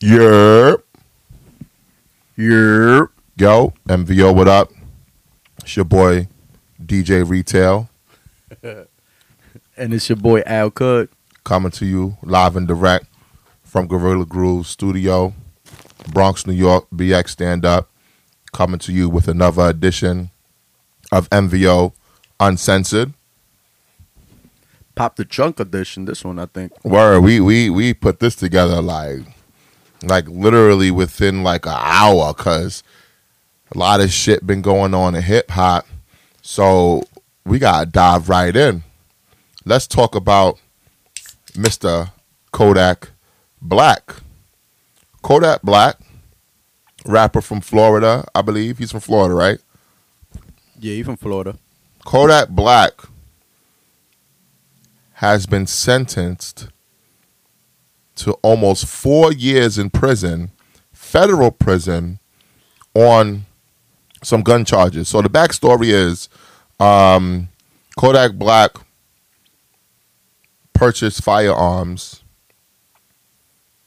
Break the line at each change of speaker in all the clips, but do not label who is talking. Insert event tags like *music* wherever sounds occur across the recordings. Yerp. Yerp. Yo, MVO, what up? It's your boy, DJ Retail,
And it's your boy Al Cook.
coming to you live and direct from Gorilla Groove Studio, Bronx, New York, BX Stand Up, coming to you with another edition of MVO Uncensored.
Pop the trunk edition. This one, I think.
Word, we we we put this together like like literally within like an hour cuz a lot of shit been going on in hip hop. So we got to dive right in. Let's talk about Mr. Kodak Black. Kodak Black, rapper from Florida, I believe. He's from Florida, right?
Yeah, you from Florida.
Kodak Black has been sentenced to almost four years in prison, federal prison, on some gun charges. So the backstory is um, Kodak Black purchased firearms,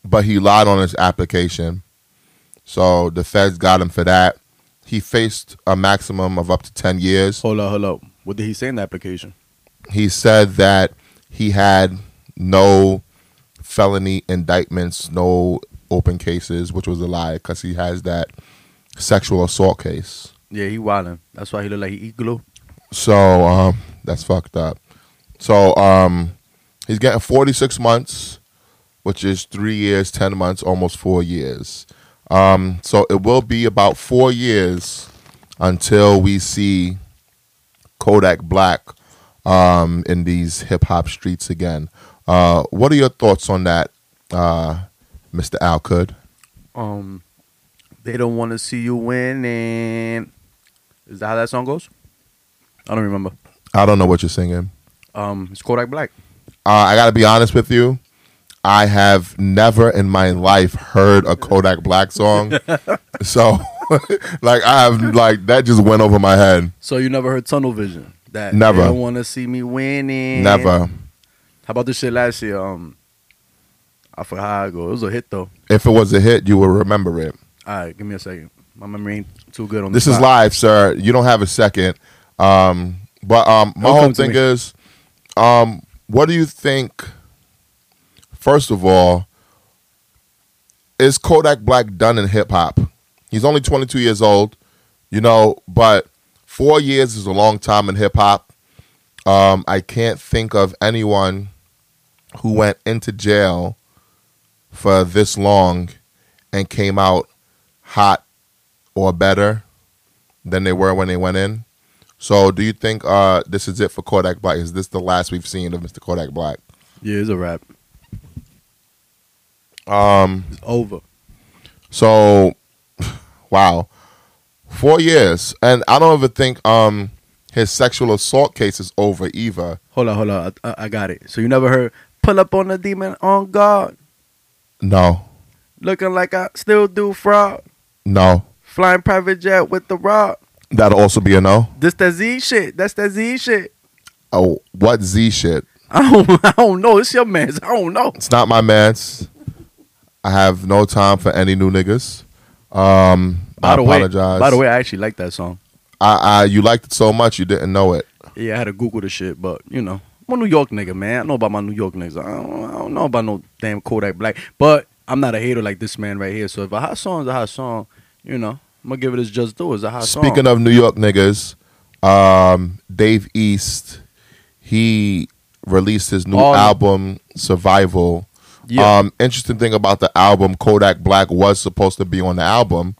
but he lied on his application. So the feds got him for that. He faced a maximum of up to 10 years
Hold up, hold up. What did he say in the application?
he said that he had no felony indictments, no open cases, which was a lie because he has that sexual assault case.
Yeah, he wildin'. That's why he look like he eat glue.
So um, that's fucked up. So um, he's getting 46 months, which is three years, 10 months, almost four years. Um, so it will be about four years until we see Kodak Black um, in these hip hop streets again. Uh, what are your thoughts on that, uh, Mr. Alcud?
Um, they don't want to see you winning. Is that how that song goes? I don't remember.
I don't know what you're singing.
Um, it's Kodak Black.
Uh, I gotta be honest with you. I have never in my life heard a Kodak Black song, so *laughs* like I have like that just went over my head.
So you never heard Tunnel Vision? That
Never.
They don't want to see me winning.
Never.
How about this shit last year? Um, I forgot how it goes. It was a hit though.
If it was a hit, you will remember it.
All right, give me a second. My memory ain't too good on
This
the
is
spot.
live, sir. You don't have a second. Um, but um, my
It'll
whole
come to
thing
me.
is, um, what do you think? First of all, is Kodak Black done in hip hop? He's only 22 years old, you know, but four years is a long time in hip hop. Um, I can't think of anyone who went into jail for this long and came out hot or better than they were when they went in. So, do you think uh, this is it for Kodak Black? Is this the last we've seen of Mr. Kodak Black?
Yeah, it's a wrap.
Um,
It's over.
So, *sighs* wow, four years, and I don't even think um his sexual assault case is over either.
Hold on, hold on. I, I, I got it. So you never heard "Pull up on the demon on guard,
No,
looking like I still do fraud,
no,
flying private jet with the rod."
that'll also be a no.
This that Z shit. That's that Z shit.
Oh, what Z shit?
I don't, *laughs* I don't know. It's your man's. I don't know.
It's not my man's. I have no time for any new niggas. Um, I
the
apologize.
way, by the way, I actually like that song.
I, I you liked it so much you didn't know it.
Yeah, I had to Google the shit, but you know, I'm a New York nigga, man. I know about my New York niggas. I don't, I don't know about no damn Kodak Black, but I'm not a hater like this man right here. So if a hot song is a hot song, you know, I'm gonna give it its just due. It's a hot song.
Speaking of New York niggas, um, Dave East, he released his new
Oh, yeah.
album Survival.
yeah,
Um, interesting thing about the album, Kodak Black was supposed to be on the album,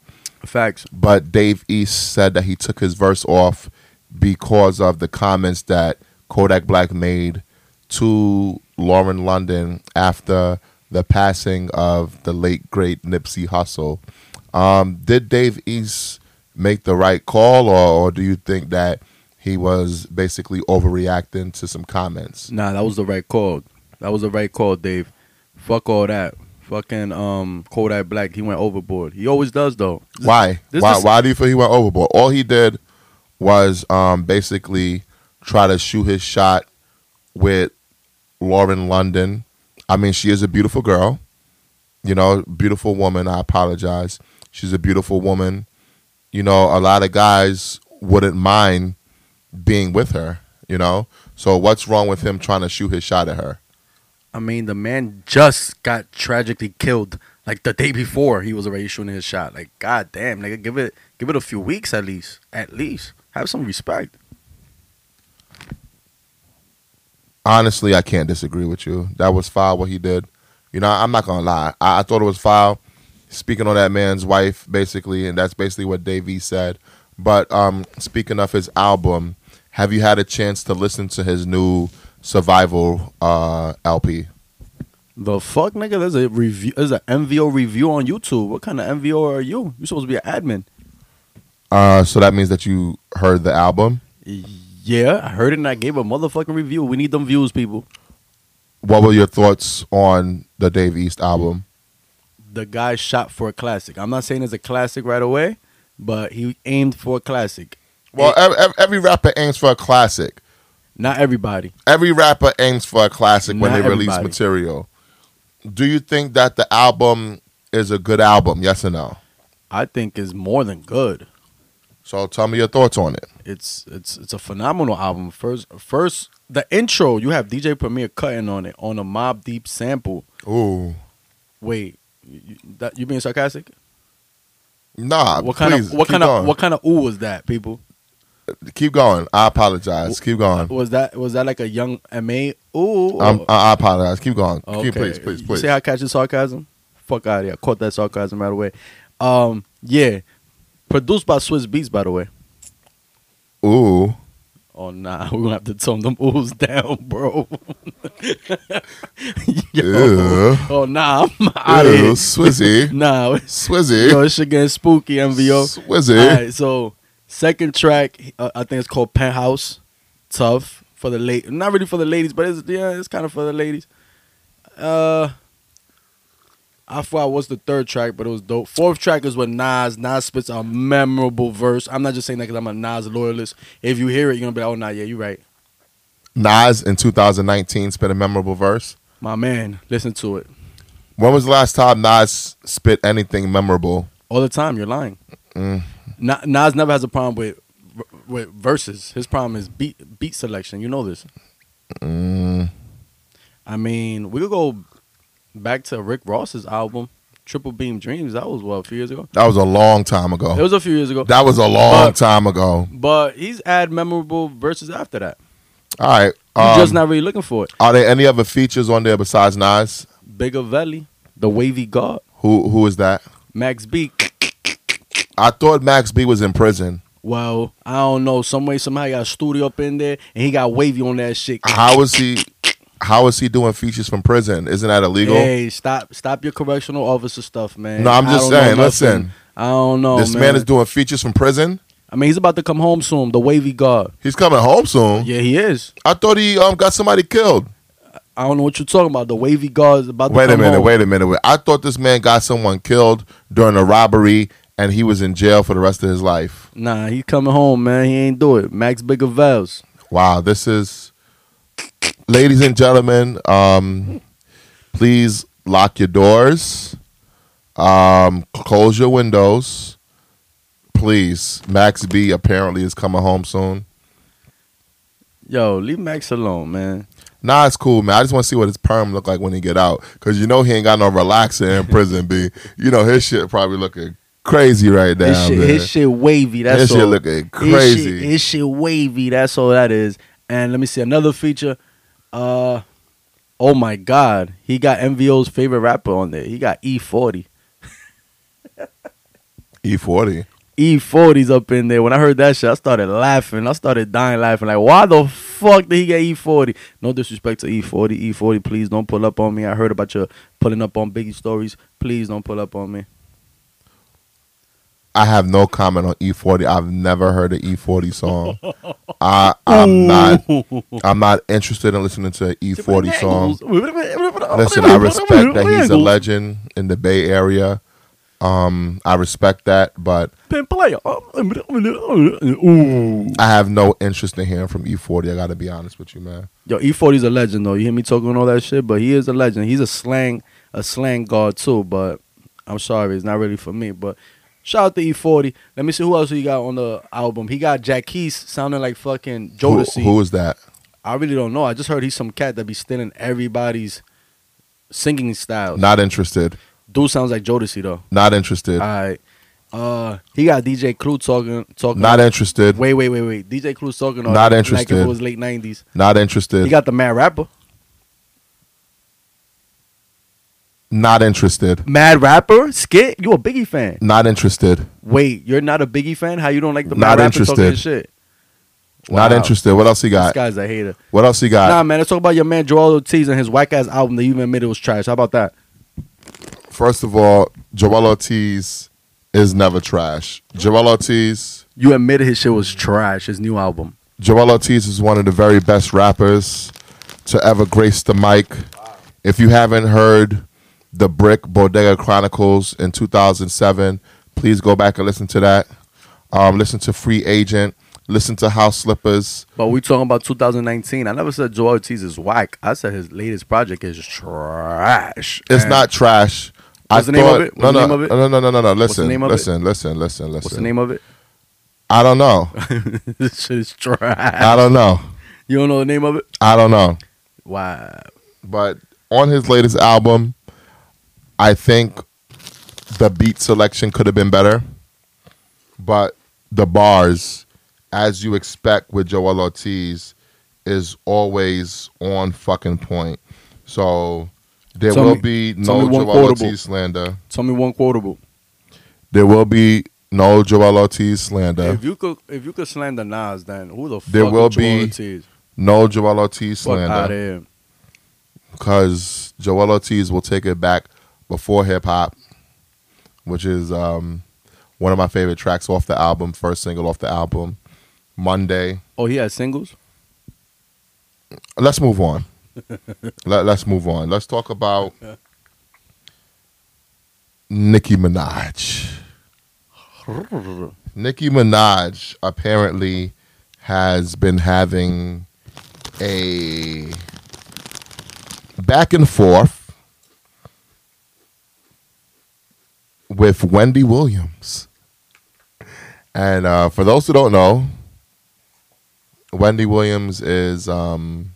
facts.
but Dave East said that he took his verse off because of the comments that Kodak Black made to Lauren London after the passing of the late great Nipsey Hussle. Um, did Dave East make the right call, or, or do you think that he was basically overreacting to some comments?
Nah, that was the right call. That was the right call, Dave. Fuck all that. Fucking um Kodak Black, he went overboard. He always does though.
Why?
this
why?
is-
why do you feel he went overboard? All he did was um, basically try to shoot his shot with Lauren London. I mean, she is a beautiful girl. You know, beautiful woman. I apologize. She's a beautiful woman. You know, a lot of guys wouldn't mind being with her. You know, so what's wrong with him trying to shoot his shot at her?
I mean, the man just got tragically killed. Like the day before, he was already shooting his shot. Like, god damn, nigga, give it, give it a few weeks at least. At least have some respect.
honestly, I can't disagree with you. That was foul what he did. You know, I'm not gonna lie. I, I thought it was foul. Speaking on that man's wife, basically, and that's basically what Davey said. But um, speaking of his album, have you had a chance to listen to his new Survival uh, LP?
The fuck, nigga? There's a review. There's an MVO review on YouTube. What kind of MVO are you? You're supposed to be an admin.
Uh, so that means that you heard the album.
Yeah, I heard it and I gave a motherfucking review. We need them views, people.
What were your thoughts on the Dave East album?
The guy shot for a classic. I'm not saying it's a classic right away, but he aimed for a classic.
Well, every, every rapper aims for a classic.
Not everybody.
every rapper aims for a classic when
Not
they release
everybody.
material. Do you think that the album is a good album? Yes or no?
I think is more than good.
So tell me your thoughts on it.
it's it's it's a phenomenal album. First first the intro, you have DJ Premier cutting on it on a Mob Deep sample.
Ooh,
Wait, you, you- that, you being sarcastic?
nah.
what kind
please,
of what
keep
kind
going.
of what kind of ooh was that, people?
Keep going. I apologize. Keep going.
Was that was that like a young MA ooh?
I'm, I I apologize. Keep going.
Oh,
Keep, Um, please, please,
You
please.
See how I catch the sarcasm? Fuck out of here. I caught that sarcasm right away. Um, yeah. Produced by Swiss Beats, by the way.
Ooh,
Oh nah, *laughs* we're gonna have to tone them oohs down, bro. *laughs* Yo.
Ew.
Oh nah, I'm *laughs* out of
Ew,
here. *laughs*
Swizzy,
Nah, it's-
Swizzy,
yo, this shit getting spooky, MVO.
Swizzy.
All right, so second track, uh, I think it's called Penthouse. Tough for the late, not really for the ladies, but it's yeah, it's kind of for the ladies. Uh, I forgot what's the third track, but it was dope. Fourth track is with Nas. Nas spits a memorable verse. I'm not just saying that because I'm a Nas loyalist. If you hear it, you're gonna be like, oh nah, yeah, you're right.
Nas in 2019 spit a memorable verse.
My man, listen to it
When was the last time Nas spit anything memorable?
all the time. You're lying.
Mm.
Na- Nas never has a problem with with verses. His problem is beat beat selection. You know this.
Mm.
I mean, we could go back to Rick Ross's album, Triple Beam Dreams. That was what a few years ago.
That was a long time ago.
It was a few years ago.
That was a long
But-
time ago.
but he's had memorable verses after that.
All right.
He's
um,
just not really looking for it.
are there any other features on there besides Nas?
Bigger Valley, The Wavy God,
Who who is that?
Max B.
I thought Max B was in prison.
Well, I don't know. Some way, somehow, he got a studio up in there, and he got wavy on that shit.
How is he? How is he doing features from prison? Isn't that illegal?
Hey, stop, stop your correctional officer stuff, man.
No, I'm
I
just
don't know
saying,
nothing.
listen.
I don't know.
this man. is doing features from prison.
I mean, he's about to come home soon. The Wavy God.
He's coming home soon.
Yeah, he is.
I thought he um got somebody killed.
I don't know what you're talking about. The wavy guard is about to
Wait a
come
minute.
home.
Wait a minute. Wait. I thought this man got someone killed during a robbery and he was in jail for the rest of his life.
Nah, he's coming home, man. He ain't do it. Max Bigger Vels.
Wow, this is ladies and gentlemen, um please lock your doors. Um close your windows. Please. Max B apparently is coming home soon.
Yo, leave Max alone, man.
Nah, it's cool, man. I just want to see what his perm look like when he get out, cause you know he ain't got no relaxer in prison. B, *laughs* you know his shit probably looking crazy right now.
his, shit,
man.
his shit wavy. That's
His
all.
shit looking
His
crazy.
shit, his shit wavy. That's all that is. And let me see another feature. Uh, oh my God, he got MVO's favorite rapper on there. He got E40.
E forty.
E40's up in there. When I heard that shit, I started laughing. I started dying laughing. Like, why the fuck did he get E40? No disrespect to E40. E40, please don't pull up on me. I heard about your pulling up on Biggie stories. Please don't pull up on me.
I have no comment on E forty. I've never heard an E forty song. I I'm not I'm not interested in listening to an E forty song. Listen, I respect that he's a legend in the Bay Area. Um, I respect that, but
player. Ooh.
I have no interest in hearing from E forty. I gotta be honest with you, man.
E Yo, E40's a legend though. You hear me talking all that shit, but he is a legend. He's a slang, a slang guard too, but I'm sorry, it's not really for me. But shout out to E40. Let me see who else he got on the album. He got Jack Keys sounding like fucking
Who,
Jodeci.
who is that?
I really don't know. I just heard he's some cat that be stealing everybody's singing style.
Not interested.
Dude sounds like Jodeci though.
Not interested.
All right. Uh, he got DJ Clue talking talking.
Not interested.
wait, wait, wait, wait. DJ Clue's talking. all
Not
Like if
interested.
it was late nineties.
Not
He
interested.
got the mad rapper.
Not interested.
Mad rapper skit. You a Biggie fan?
Not interested.
Wait, you're not a Biggie fan? How you don't like the
Not
mad rapper talking
interested.
his shit?
Not
Wow.
interested. What else he
This
got?
guy's a hater.
What else he got?
Nah, man. Let's talk about your man Joel Ortiz and his whack ass album that you even admitted was trash. How about that?
First of all, Joel Ortiz is never trash. Joel Ortiz,
You admitted his shit was trash. His new album.
Joel Ortiz is one of the very best rappers to ever grace the mic. If you haven't heard the Brick Bodega Chronicles in 2007, please go back and listen to that. Um, listen to Free Agent. Listen to House Slippers.
But we talking about 2019. I never said Joel Ortiz is whack. I said his latest project is trash.
It's
And
not trash.
What's the name of it? What's
no,
the
no,
name of it?
no, no, no, no, no.
What's the
Listen,
name of it?
listen, listen, listen, listen.
What's the name of it? *laughs*
I don't know.
this shit is trash.
I don't know.
You don't know the name of it?
I don't know.
Wow.
But on his latest album, I think the beat selection could have been better. But the bars, as you expect with Joel Ortiz, is always on fucking point. So there
Tell
will
me-
be
tell
no
me one
Joel
quotable.
Ortiz slander.
Tell me one quotable.
There will be no Joel Ortiz slander.
If you could, if you could slander Nas, then who the fuck
There
is
will
Joel
be
Ortiz?
No Joel Ortiz
Fuck out
slander.
here.
Because Joel Ortiz will take it back before hip hop, which is um, one of my favorite tracks off the album, first single off the album, Monday.
Oh, he has singles.
Let's move on. Let, let's move on. Let's talk about Nicki Minaj. Nicki Minaj apparently has been having a back and forth with Wendy Williams. And uh, for those who don't know, Wendy Williams is. Um,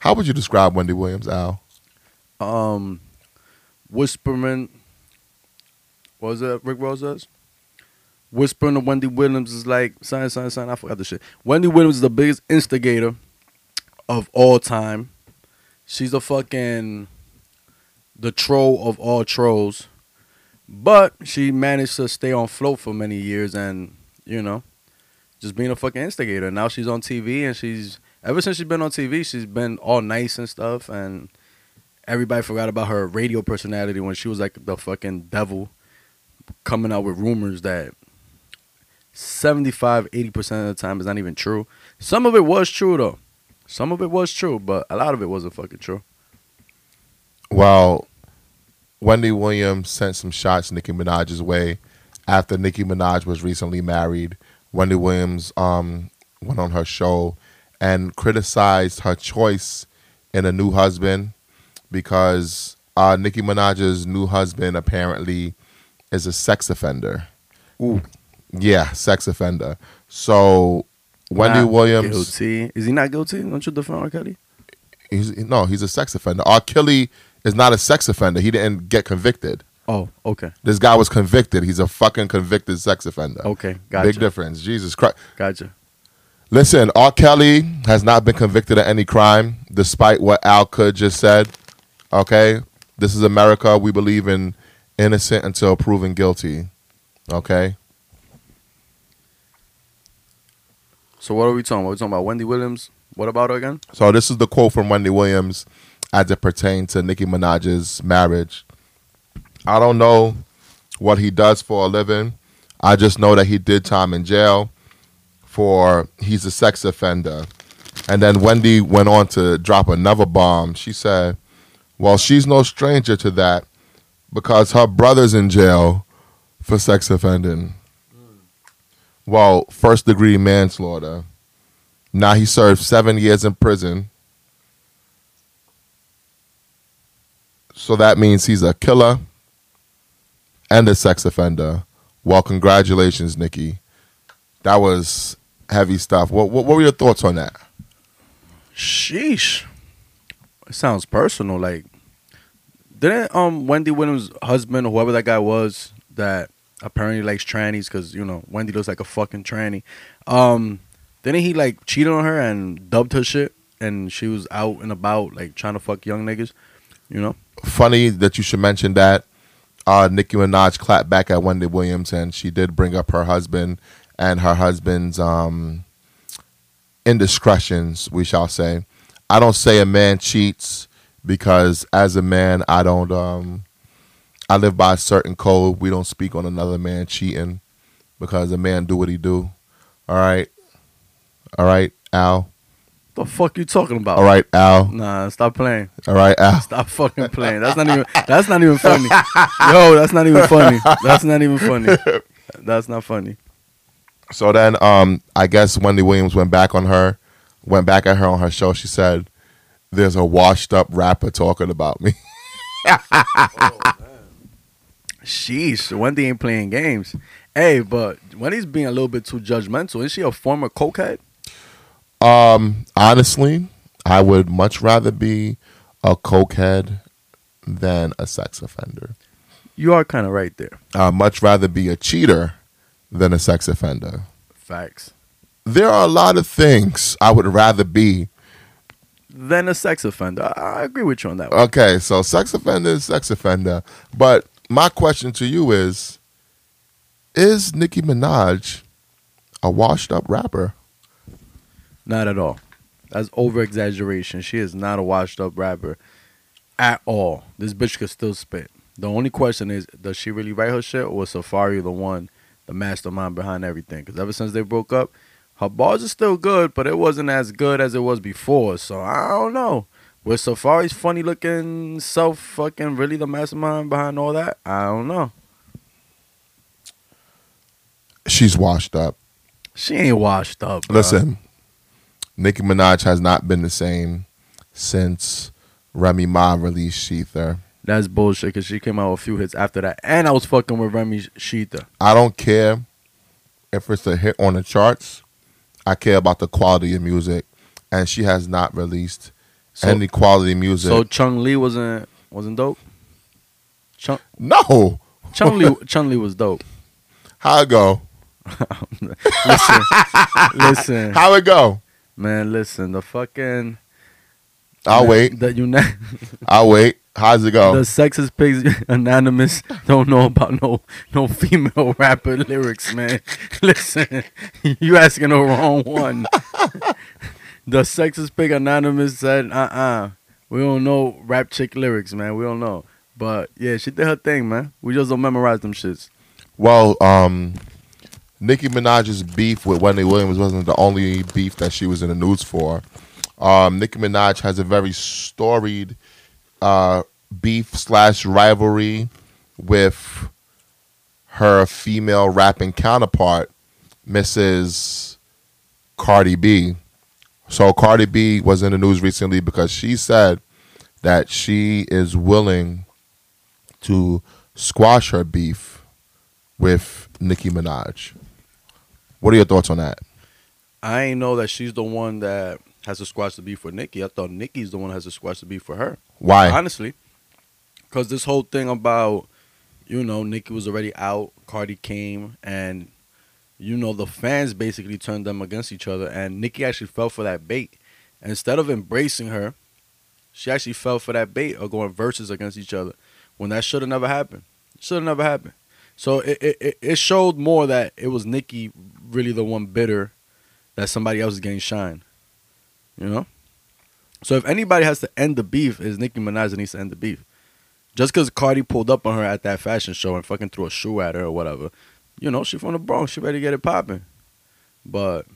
how would you describe Wendy Williams, Al?
Um, whispering. What was that Rick Ross says? Whispering to Wendy Williams is like sign, sign, sign. I forgot the shit. Wendy Williams is the biggest instigator of all time. She's the fucking the troll of all trolls. But she managed to stay on float for many years and, you know, just being a fucking instigator. Now she's on TV and she's ever since she's been on TV, she's been all nice and stuff and everybody forgot about her radio personality when she was like the fucking devil coming out with rumors that 75 80% of the time is not even true. Some of it was true though. Some of it was true, but a lot of it wasn't fucking true.
Well, Wendy Williams sent some shots Nicki Minaj's way after Nicki Minaj was recently married. Wendy Williams um, went on her show and criticized her choice in a new husband because uh, Nicki Minaj's new husband apparently is a sex offender.
Ooh.
Yeah, sex offender. So Wendy
Not
Williams,
guilty. Is he not guilty? Don't you defend R. Kelly?
he's, no, he's a sex offender. R. Kelly is not a sex offender. He didn't get convicted.
Oh, okay.
This guy was convicted. He's a fucking convicted sex offender.
Okay. Gotcha.
Big difference. Jesus Christ.
Gotcha.
Listen, R. Kelly has not been convicted of any crime, despite what Al Kud just said. Okay? This is America. We believe in innocent until proven guilty. Okay?
So what are we talking about? We're talking about Wendy Williams. What about her again?
So this is the quote from Wendy Williams as it pertains to Nicki Minaj's marriage. I don't know what he does for a living. I just know that he did time in jail for he's a sex offender. And then Wendy went on to drop another bomb. She said, "Well, she's no stranger to that because her brother's in jail for sex offending." Well, first degree manslaughter. Now he served seven years in prison. So that means he's a killer and a sex offender. Well, congratulations, Nikki. That was heavy stuff. What what, what were your thoughts on that?
Sheesh. It sounds personal. Like, didn't um Wendy Williams' husband or whoever that guy was that apparently likes trannies because you know Wendy looks like a fucking tranny. Um, didn't he like cheat on her and dubbed her shit, and she was out and about like trying to fuck young niggas, you know?
Funny that you should mention that. Uh, Nicki Minaj clapped back at Wendy Williams, and she did bring up her husband and her husband's um, indiscretions, we shall say. I don't say a man cheats because, as a man, I don't. Um, I live by a certain code. We don't speak on another man cheating because a man do what he do. All right, all right, Al.
The fuck you talking about?
All right, Al.
Nah, stop playing.
All right, Al.
Stop fucking playing. That's not even. That's not even
*laughs*
funny. Yo, that's not even funny. That's not even funny. That's not funny.
So then, um, I guess Wendy Williams went back on her, went back at her on her show. She said, "There's a washed-up rapper talking about me." *laughs*
Sheesh, Wendy ain't playing games. Hey, but Wendy's being a little bit too judgmental. Is she a former cokehead?
Um, honestly, I would much rather be a cokehead than a sex offender.
You are kind of right there.
I'd much rather be a cheater than a sex offender.
Facts.
There are a lot of things I would rather be.
Then a sex offender. I, I agree with you on that one.
Okay, so sex offender is sex offender. But my question to you is Is Nicki Minaj a washed up rapper?
Not at all. That's over exaggeration. She is not a washed up rapper at all. This bitch could still spit. The only question is, does she really write her shit, or was Safari the one, the mastermind behind everything? Because ever since they broke up, her bars are still good, but it wasn't as good as it was before. So I don't know. Was Safari's funny looking self fucking really the mastermind behind all that? I don't know.
She's washed up.
She ain't washed up. bruh.
Listen, Nicki Minaj has not been the same since Remy Ma released Sheether.
That's bullshit because she came out with a few hits after that. And I was fucking with Remy Sheetha.
I don't care if it's a hit on the charts. I care about the quality of music, and she has not released
So,
any quality music.
so Chung Lee wasn't wasn't dope. Chung
no, *laughs*
Chung Lee Chung Lee was dope.
how it go?
Listen, listen,
How it go?
man, listen. The fucking
I'll
the-
wait. Oh.
The
*laughs*
uni-
I'll wait. How's it
the
go?
sexist pigs *laughs* anonymous don't know about no no female *laughs* rapper lyrics, man. *laughs* Listen, you asking the wrong one. *laughs* the sexist pig anonymous said, "Uh uh we don't know rap chick lyrics, man. We don't know." But yeah, she did her thing, man. We just don't memorize them shits.
Well, um, Nicki Minaj's beef with Wendy Williams wasn't the only beef that she was in the news for. Um, Nicki Minaj has a very storied uh, beef slash rivalry with her female rapping counterpart, Mrs. Cardi B. So Cardi B was in the news recently because she said that she is willing to squash her beef with Nicki Minaj. What are your thoughts on that?
I ain't know that she's the one that has to squash the beef for Nikki. I thought Nikki's the one that has to squash the beef for her.
Why?
Honestly, because this whole thing about, you know, Nicki was already out, Cardi came, and, you know, the fans basically turned them against each other, and Nicki actually fell for that bait. And instead of embracing her, she actually fell for that bait of going verses against each other when that should have never happened. Should have never happened. So it, it, it- it showed more that it was Nicki really the one bitter that somebody else is getting shine. You know? So if anybody has to end the beef, is Nicki Minaj that needs to end the beef. Just because Cardi pulled up on her at that fashion show and fucking threw a shoe at her or whatever, you know, she from the Bronx, she ready to get it popping. But,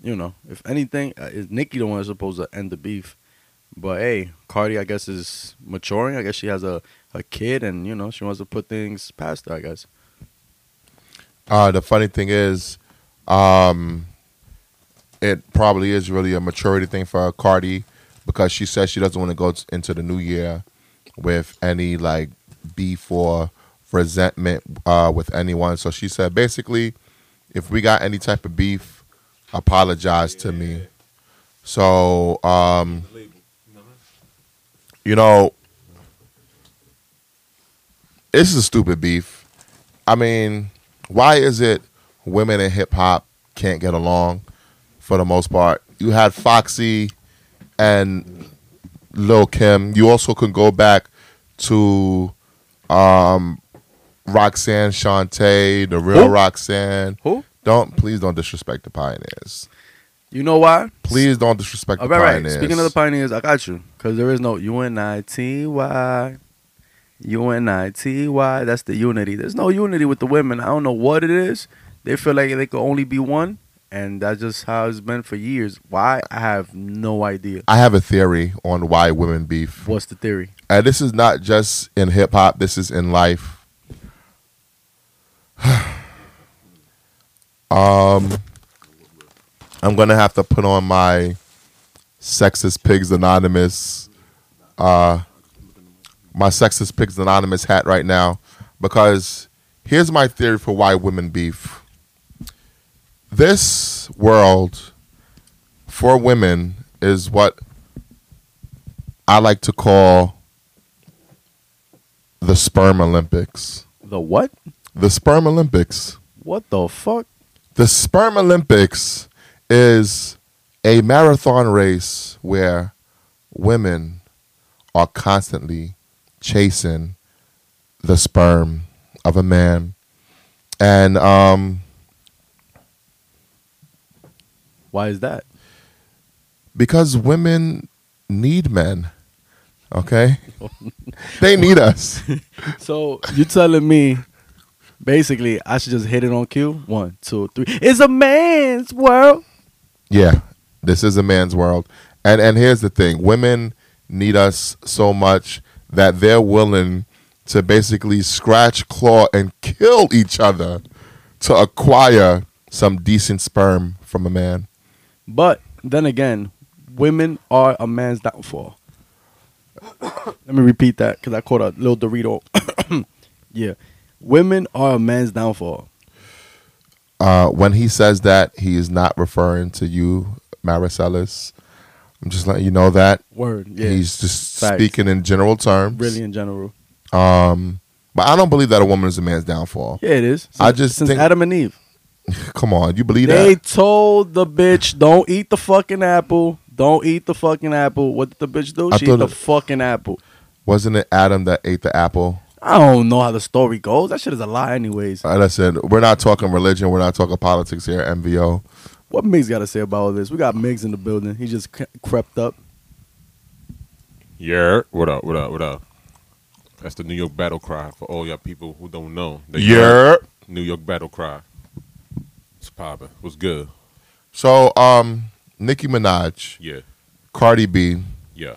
you know, if anything, uh, is Nicki the one that's supposed to end the beef? But hey, Cardi, I guess, is maturing. I guess she has a, a kid and, you know, she wants to put things past her, I guess.
Uh, the funny thing is, um, it probably is really a maturity thing for Cardi because she says she doesn't want to go t- into the new year with any like beef or resentment uh, with anyone. So she said basically, if we got any type of beef, apologize to me. So um, you know, this is a stupid beef. I mean, why is it women in hip hop can't get along for the most part? You had Foxy and Lil Kim. You also can go back to um, Roxanne Shante, the real
Who?
Roxanne.
Who?
Don't please don't disrespect the pioneers.
You know why?
Please don't disrespect
All
the
Oh, right, right.
pioneers.
Speaking of the pioneers, I got you because there is no UNITY. UNITY. That's the unity. There's no unity with the women. I don't know what it is. They feel like they could only be one, and that's just how it's been for years. Why? I have no idea.
I have a theory on why women beef.
What's the theory?
And Uh, this is not just in hip hop, this is in life. *sighs* um I'm gonna have to put on my Sexist Pigs Anonymous uh my Sexist Pigs Anonymous hat right now because here's my theory for why women beef. This world for women is what I like to call the sperm Olympics.
The what?
The sperm Olympics.
What the fuck?
The sperm Olympics is a marathon race where women are constantly chasing the sperm of a man. And um,
Why is that?
because women need men, okay? they need us.
So you telling me, basically, I should just hit it on cue? One, two, three. It's a man's world.
Yeah, this is a man's world, and and here's the thing: women need us so much that they're willing to basically scratch, claw, and kill each other to acquire some decent sperm from a man.
But then again, women are a man's downfall. *coughs* Let me repeat that because I caught a little Dorito. *coughs* yeah. Women are a man's downfall.
Uh, when he says that, he is not referring to you, Maricelis. I'm just letting you know that
Word. Yeah.
he's just
Facts.
speaking in general terms.
really in general.
Um, but I don't believe that a woman is a man's downfall.
Yeah, it is. Since,
I just
since
think-
Adam and Eve.
Come on, you believe
They
that?
told the bitch, don't eat the fucking apple. Don't eat the fucking apple. What did the bitch do?
I
she ate
thought
the
it-
fucking apple.
Wasn't it Adam that ate the apple?
I don't know how the story goes. That shit is a lie, anyways.
Like I said, we're not talking religion. We're not talking politics here. MVO.
What Migs got to say about all this? We got Migs in the building. He just cre- crept up.
Yeah, what up, what up, what up? That's the New York battle cry for all y'all people who don't know. They
Yeah.
New York battle cry. It's poppin'. What's good?
So, um, Nicki Minaj,
Yeah,
Cardi B.
yeah.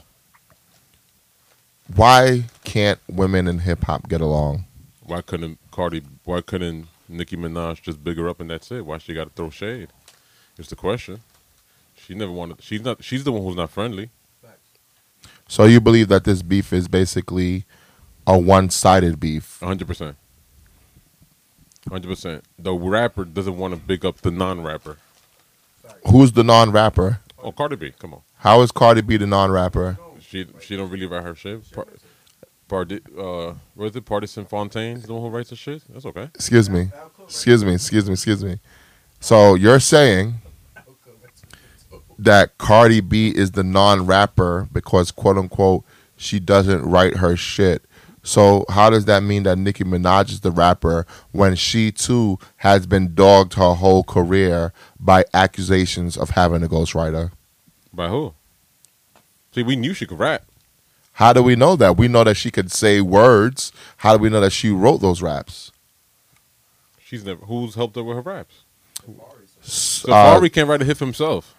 Why can't women in hip hop get along?
Why couldn't Cardi? Why couldn't Nicki Minaj just big her up and that's it? Why she got to throw shade? It's the question. She never wanted. She's not. She's the one who's not friendly.
So you believe that this beef is basically a one-sided beef?
hundred percent. hundred percent. The rapper doesn't want to big up the non-rapper.
Who's the non-rapper?
Oh, Cardi B, come on.
How is Cardi B the non-rapper?
She she don't really write her shit. Par, Pardi, uh, what is it? Partisan Fontaine, the one who writes the shit. That's okay.
Excuse me. Excuse me. Excuse me. Excuse me. So you're saying that Cardi B is the non-rapper because quote unquote she doesn't write her shit. So how does that mean that Nicki Minaj is the rapper when she too has been dogged her whole career by accusations of having a ghostwriter?
By who? See, we knew she could rap.
How do we know that? We know that she could say words. How do we know that she wrote those raps?
She's never. Who's helped her with her raps?
S- uh,
Safari can't write a hit for himself.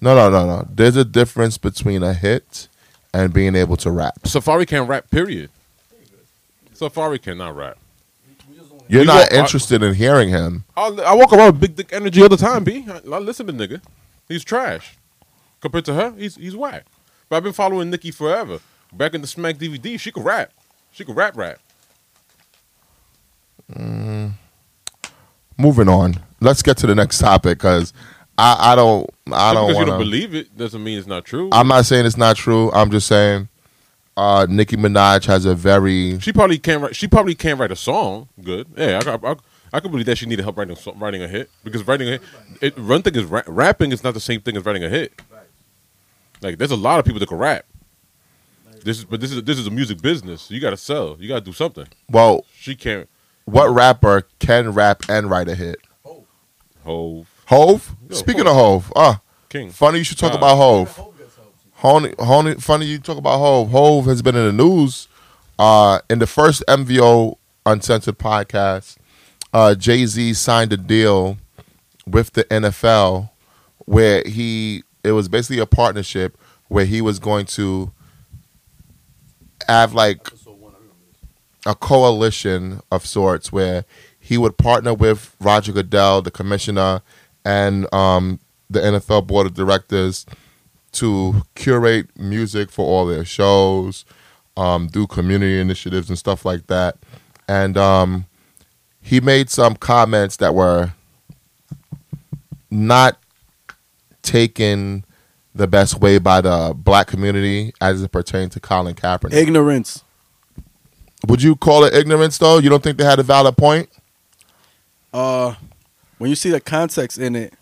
No, no, no, no. There's a difference between a hit and being able to rap.
Safari can't rap. Period. Safari cannot rap.
You're
You
not
know, I-
interested in hearing him.
I, I walk around with big dick energy all the time. B. I, I listen to nigga. He's trash compared to her. He's he's whack. But I've been following Nicki forever. Back in the Smack DVD, she could rap. She could rap, rap.
Moving on. Let's get to the next topic because I, I don't I
Just
don't
because you don't
want to.
believe it doesn't mean it's not true.
I'm not saying it's not true. I'm just saying uh, Nicki Minaj has a very
she probably can't write. She probably can't write a song good. Yeah, I, I, I, I could believe that she needed help writing a song, writing a hit because writing a hit, it, run thing is ra- rapping is not the same thing as writing a hit. Like there's a lot of people that can rap. This is but this is this is a music business. You got to sell. You got to do something.
well.
She can't.
What rapper can rap and write a hit?
Hove
Hove.
Yo,
Speaking of Hove, uh,
King.
funny you should talk
Nah.
about Hove. Honey, honey, funny you talk about Hove. Hove has been in the news. Uh, in the first MVO Uncensored podcast, uh, Jay Z signed a deal with the NFL where he it was basically a partnership where he was going to have like a coalition of sorts where he would partner with Roger Goodell, the commissioner, and um, the NFL board of directors to curate music for all their shows, um, do community initiatives and stuff like that. And um, he made some comments that were not taken the best way by the black community as it pertained to Colin Kaepernick.
Ignorance.
Would you call it ignorance though? You don't think they had a valid point?
uh when you see the context in it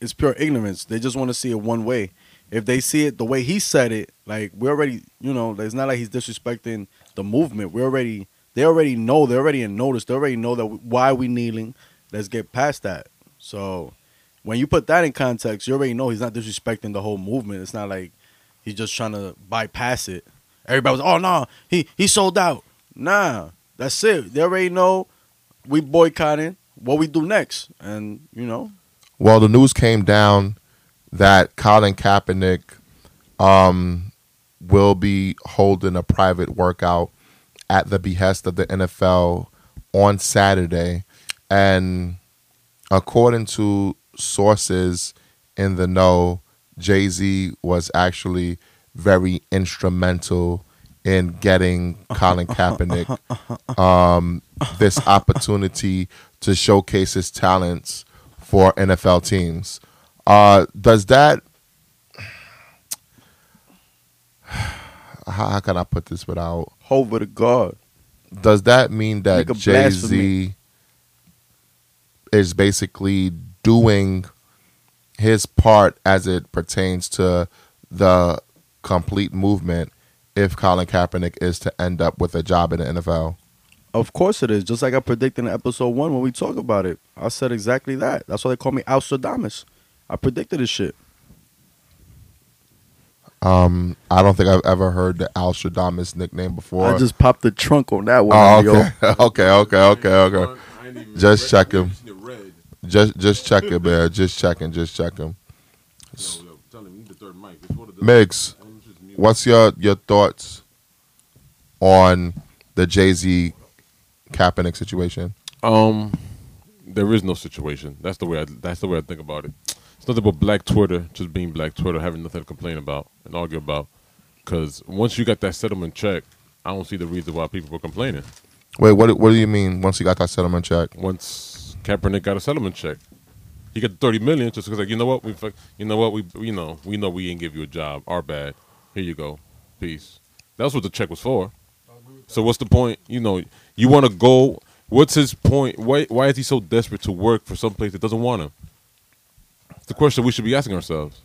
it's pure ignorance they just want to see it one way if they see it the way he said it like we already you know it's not like he's disrespecting the movement we already they already know they already in notice they already know that we, why we kneeling let's get past that so when you put that in context you already know he's not disrespecting the whole movement it's not like he's just trying to bypass it everybody was oh no he he sold out nah that's it they already know we boycotting what we do next and you know
Well, the news came down that Colin Kaepernick um, will be holding a private workout at the behest of the NFL on Saturday. And according to sources in the know, Jay Z was actually very instrumental in getting Colin Kaepernick um, this opportunity to showcase his talents for NFL teams. Uh, does that? How, how can I put this without?
over to god
Does that mean that
Nigga,
Jay Z is basically doing his part as it pertains to the complete movement? If Colin Kaepernick is to end up with a job in the NFL,
of course it is just like i predicted in episode one when we talk about it i said exactly that that's why they call me al Stradamus. i predicted this shit
um, I don't think I've ever heard the Al Shadamis nickname before.
i just popped the trunk on that one.
Oh,
yo.
okay. *laughs* okay, okay, okay, okay. Just check him. Just, just check it, man. Just checking, just checking. Migs, what's your your thoughts on the Jay Z Kaepernick situation?
Um, there is no situation. That's the way. I, that's the way I think about it. It's nothing but black Twitter, just being black Twitter, having nothing to complain about and argue about. Because once you got that settlement check, I don't see the reason why people were complaining.
Wait, what? What do you mean? Once he got that settlement check,
Once Kaepernick got a settlement check, he got thirty million just because, like, you know what, we, fuck- you know what, we, you know, we know we didn't give you a job. Our bad. Here you go. Peace. That's what the check was for. So what's the point? You know, you want to go. What's his point? Why why is he so desperate to work for some place that doesn't want him? It's the question we should be asking ourselves.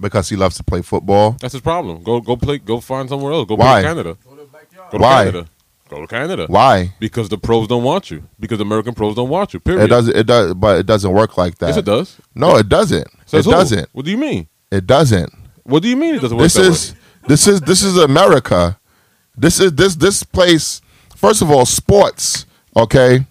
because he loves to play football.
That's his problem. Go go play. Go find somewhere else. Go
Why?
play to Canada. Go to
Why?
Canada. Go to Canada.
Why?
Because the pros don't want you. Because the American pros don't want you. Period.
It doesn't. It does, but it doesn't work like that.
Yes, it does.
No, it doesn't.
Says
it
who?
doesn't.
What do you mean?
It doesn't.
What do you mean it doesn't work
this
that way?
is this is this is America. This is this this place. First of all, sports. Okay,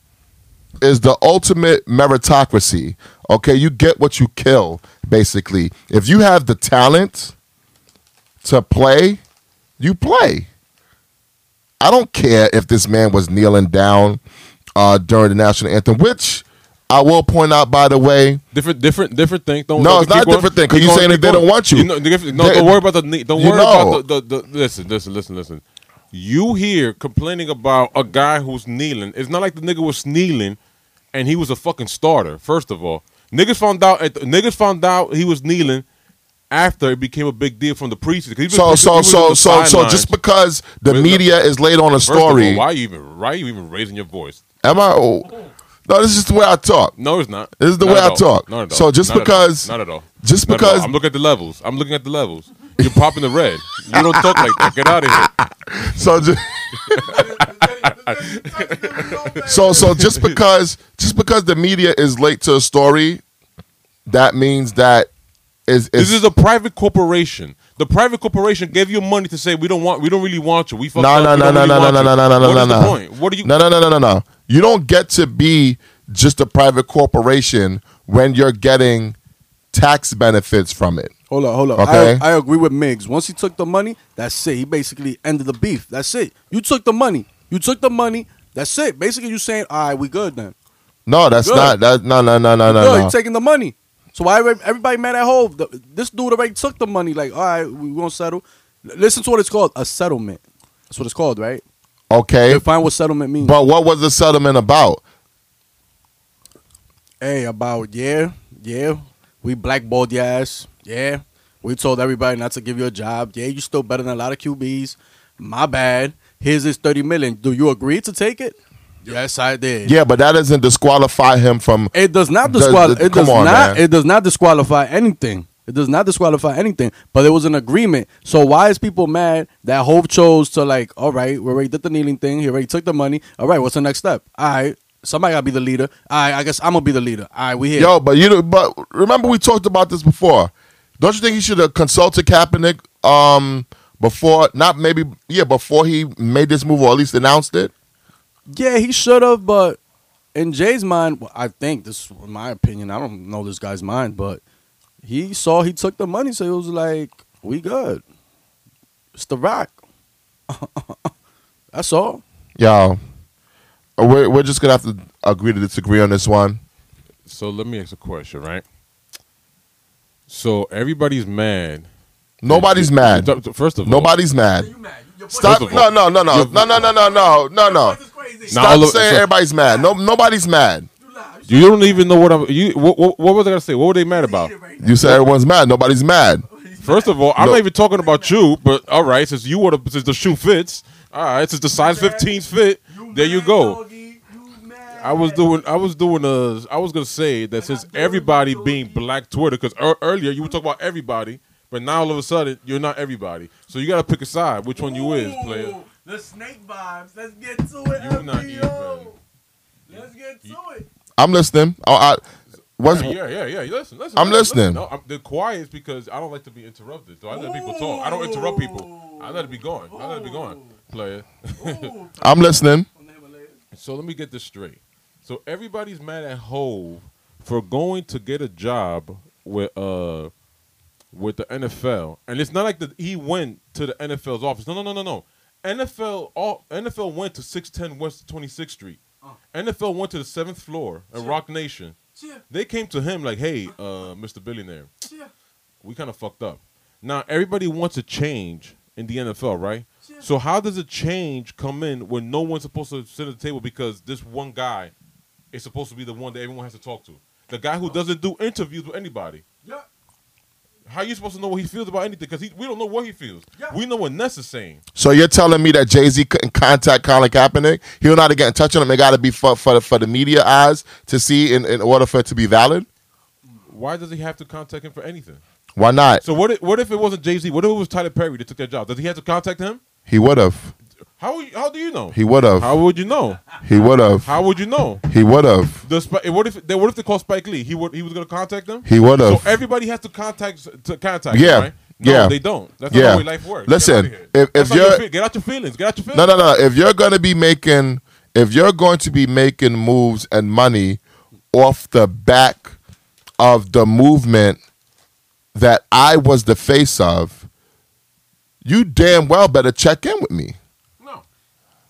is the ultimate meritocracy. Okay, you get what you kill. Basically, if you have the talent to play, you play. I don't care if this man was kneeling down uh, during the national anthem, which I will point out, by the way,
Different, different, different thing. Don't
No,
don't
it's not
keep
a different thing, 'cause
Keep
you
going,
saying
keep
that they
going.
don't want you.
know, different- no,
They-
don't worry about the. ne- Don't
You
worry
know.
about the, the, the. Listen, listen, listen, listen. You here complaining about a guy who's kneeling? It's not like the nigga was kneeling, and he was a fucking starter. First of all, niggas found out. At the, niggas found out he was kneeling after it became a big deal from the preseason. 'Cause he was- he
so
was
so
on
so
the
so so
sidelines.
just because the
Wait, no.
media is laid on a
First of all,
story,
why you even? Why you even raising your voice?
am I? Oh, no, this is just the way I talk.
No, it's not.
This is the
Not
way
at
I
all.
talk.
Not at all.
So just
Not at
because-
all. not at all.
just
Not at all.
because-
I'm looking at the levels. I'm looking at the levels. You're popping the red. You don't talk like that. Get out of here.
So just *laughs* so so just because just because the media is late to a story, that means that is
This is a private corporation. The private corporation gave you money to say we don't want, we don't really want you. We fucked
no
up.
no
We
no
don't
no
really
no no
want
no
you.
no no no no
What is
no.
the point? What are you?
No no no no no no. You don't get to be just a private corporation when you're getting tax benefits from it.
Hold up, hold up.
Okay.
I, I agree with Miggs. Once he took the money, that's it. He basically ended the beef. That's it. You took the money. You took the money. That's it. Basically, you saying, all right, we good then.
No, that's
Good.
not that. No no no no no.
Yo,
no.
he's taking the money. So why every- everybody mad at Hove? The- This dude already took the money. Like, all right, we we gonna settle. L- Listen to what it's called, a settlement. That's what it's called, right?
Okay,
Define what settlement means.
but what was the settlement about?
hey, about yeah, yeah, we blackballed your ass. Yeah, we told everybody not to give you a job. Yeah, you still better than a lot of QBs. My bad. Here's this thirty million. Do you agree to take it? Yes, I did.
Yeah, but that doesn't disqualify him from
It does not
Does-
disqualify.
does-
It does
come on,
not.
man.
It does not disqualify anything. It does not disqualify anything. But it was an agreement. So why is people mad that Hope chose to like? All right, we already did the kneeling thing. He already took the money. All right, what's the next step? All right, somebody gotta be the leader. All right, I guess I'm gonna be the leader. All right, we here.
Yo, but you know, but remember we talked about this before. Don't you think he should have consulted Kaepernick um, before? Not maybe, yeah, before he made this move or at least announced it.
Yeah, he should have, but in Jay's mind, well, I think this is my opinion. I don't know this guy's mind, but he saw he took the money, so he was like, "We good." It's the Rock. *laughs* That's all.
Yo, we're we're just gonna have to agree to disagree on this one.
So let me ask a question, right? So everybody's mad.
Nobody's mad.
First of all,
Nobody's mad. Stop!
First of
No,
all-
no, no, no,
Your-
no, no, no, no, no, no, no.
Now all
Stop
of-
saying
so-
everybody's mad. No, nobody's mad.
You don't even know what I'm. You what, what, what was I gonna say? What were they mad about?
You said everyone's mad. Nobody's mad.
First of all, I'm
No.
not even talking about you, but all right, since you were the, since the shoe fits, all right, since the size 15s fit, there you go. I was doing, I was doing a, I was gonna say that since everybody being black Twitter, because earlier you were talking about everybody, but now all of a sudden you're not everybody, so you gotta pick a side, which one you is, player.
The snake vibes. Let's get to it.
You not even.
FBO. Let's get to it.
I'm listening. I, I, what's,
Yeah, yeah, yeah. Listen, listen.
I'm
listen,
listening.
No, I'm, the quiet is because I don't like to be interrupted. So I let people talk. I don't interrupt people. I let it be going. I let it be going, player.
I'm listening.
So let me get this straight. So everybody's mad at Hove for going to get a job with uh with the NFL, and it's not like that he went to the NFL's office. No, no, no, no, no. NFL all NFL went to six ten West Twenty Sixth Street. NFL went to the seventh floor at Rock Nation. They came to him like, "Hey, uh, Mr. Billionaire, we kind of fucked up." Now everybody wants a change in the NFL, right? So how does a change come in when no one's supposed to sit at the table because this one guy is supposed to be the one that everyone has to talk to? The guy who doesn't do interviews with anybody.
Yeah.
How you supposed to know what he feels about anything? Because we don't know what he feels.
Yeah.
We know what Ness is saying.
So you're telling me that Jay Z couldn't contact Colin Kaepernick? He would not have get in touch with him. It got to be for, for for the media eyes to see in, in order for it to be valid.
Why does he have to contact him for anything?
Why not?
So what? If, what if it wasn't Jay Z? What if it was Tyler Perry that took that job? Does he have to contact him?
He would have.
How? How do you know?
He would
How
have.
would you know?
He would have.
How would you know?
He would have.
The Spi- what if they what if they call Spike Lee? He would he was gonna contact them.
He would have.
So everybody has to contact to contact.
Yeah.
Him, right? No,
Yeah.
they don't. That's not
Yeah.
the way life works.
Listen,
Get out of here.
if- if
That's not
you're-
your fe- get out your feelings, get out your feelings.
No, no, no. If you're gonna be making, if you're going to be making moves and money off the back of the movement that I was the face of, you damn well better check in with me.
no.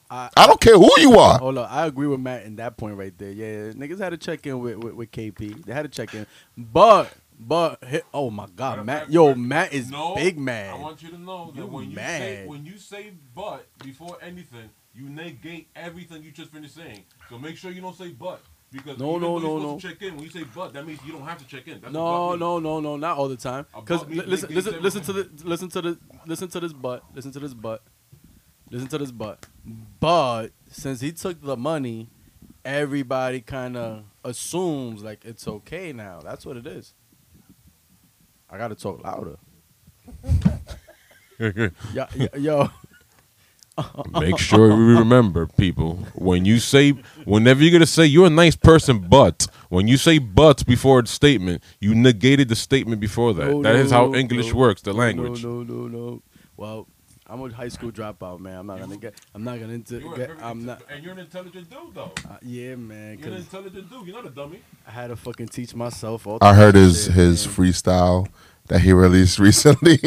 I,
I don't care who you are.
Hold on, I agree with Matt in that point right there. Yeah, niggas had to check in with, with, with KP. They had to check in, but but he- oh my God, Matt, yo, Matt is big
I
man.
want you to know that
You
when you say
mad.
when you say but before anything, you negate everything you just finished saying. So make sure you don't say but because
No,
even
no,
though you're
no,
supposed to
no.
check in when you say but that means you don't have to check in. That's
No,
what but means.
no, no, no, not all the time. Because
About me
listen,
negates
listen, listen to the, listen to the, listen to this butt, listen to this butt, listen to this butt. But since he took the money, everybody kind of assumes like it's okay now. That's what it is. I gotta talk
*laughs*
louder. Yeah, yeah, yo.
Make sure you remember, people, when you say, whenever you're going to say you're a nice person, but when you say but before a statement, you negated the statement before that. That is
No, no,
how
no,
English
no.
works, the
No,
language.
No, no, no, no. Well, I'm a high school dropout, man. I'm not gonna get. I'm not gonna. Into,
You're a
get,
very
I'm
inte-
not.
And you're an intelligent dude, though.
Uh, yeah, man.
You're an
Cause
intelligent dude. You're not a dummy.
I had to fucking teach myself. All
I
types
heard
of
his
shit,
his
man.
freestyle that he released *laughs* recently.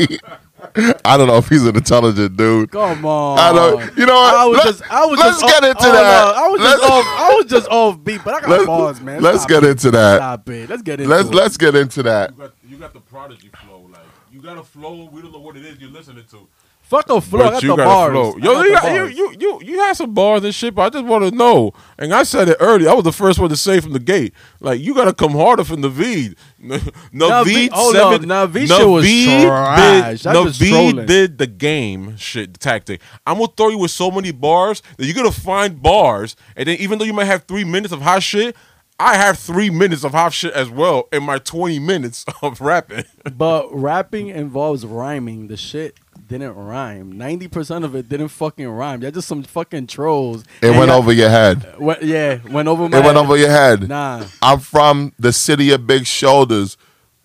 I don't know if he's an intelligent dude.
Come on.
I don't. You know what?
I was
Let-
just. I was
let's
just
get
off-
into
hold
that.
on. I was
Let's-
just off. I was just off beat, but I got
Let's-
bars, man.
let's
Stop
get
it.
into that.
Stop it. Let's get into
Let's
it.
let's get into that.
You got, you got the prodigy flow. Like, you got a flow. We don't know what it is you're listening to.
Fuck a flow. I got the bars. I
Yo,
got
you,
the
got, you,
bars.
you, you, you had some bars and shit, but I just want to know. And I said it earlier. I was the first one to say from the gate. Like, you got to come harder from *laughs* Naveed. Naveed,
Naveed- hold
seven-
up, Naveed shit was trash.
Did,
I just
Naveed
trolling.
did the game shit, the tactic. I'm going to throw you with so many bars that you're going to find bars. And then even though you might have three minutes of hot shit, I have three minutes of hot shit as well in my 20 minutes *laughs* of rapping.
But rapping involves rhyming. The shit didn't rhyme. Ninety percent of it didn't fucking rhyme. Y'all just some fucking trolls.
It
And
went
y'all-
over your head.
went- yeah, went over my.
It went
head.
over your head.
Nah.
I'm from the city of big shoulders,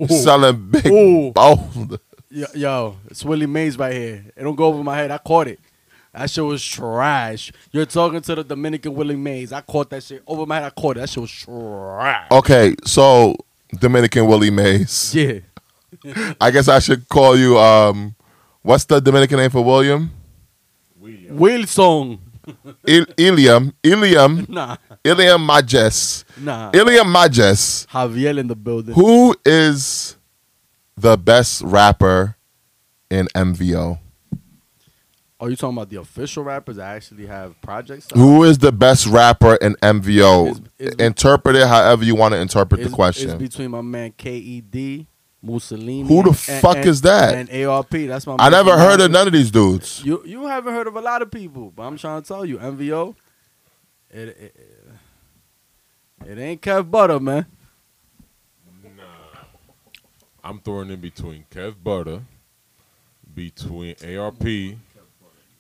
selling big
Ooh.
boulders.
Yo, yo, it's Willie Mays right here. It don't go over my head. I caught it. That shit was trash. You're talking to the Dominican Willie Mays. I caught that shit over my head. I caught it. That shit was trash.
Okay, so Dominican Willie Mays.
Yeah,
I guess I should call you. Um, what's the Dominican name for William?
Wilson.
Il- Ilium, Ilium,
Nah,
Ilium Majes,
nah.
Ilium Majes.
Javier in the building.
Who is the best rapper in MVO?
Are you talking about the official rappers that actually have projects? out?
Who is the best rapper in MVO?
It's- it's-
interpret it however you want to interpret the
It's- It's
question.
between my man KED, Mussolini.
Who the fuck is that?
And ARP. That's my.
I
man.
never heard of none of these dudes.
You you haven't heard of a lot of people, but I'm trying to tell you, MVO, it it, it ain't Kev Butter, man.
I'm throwing in between Kev Butter, between ARP,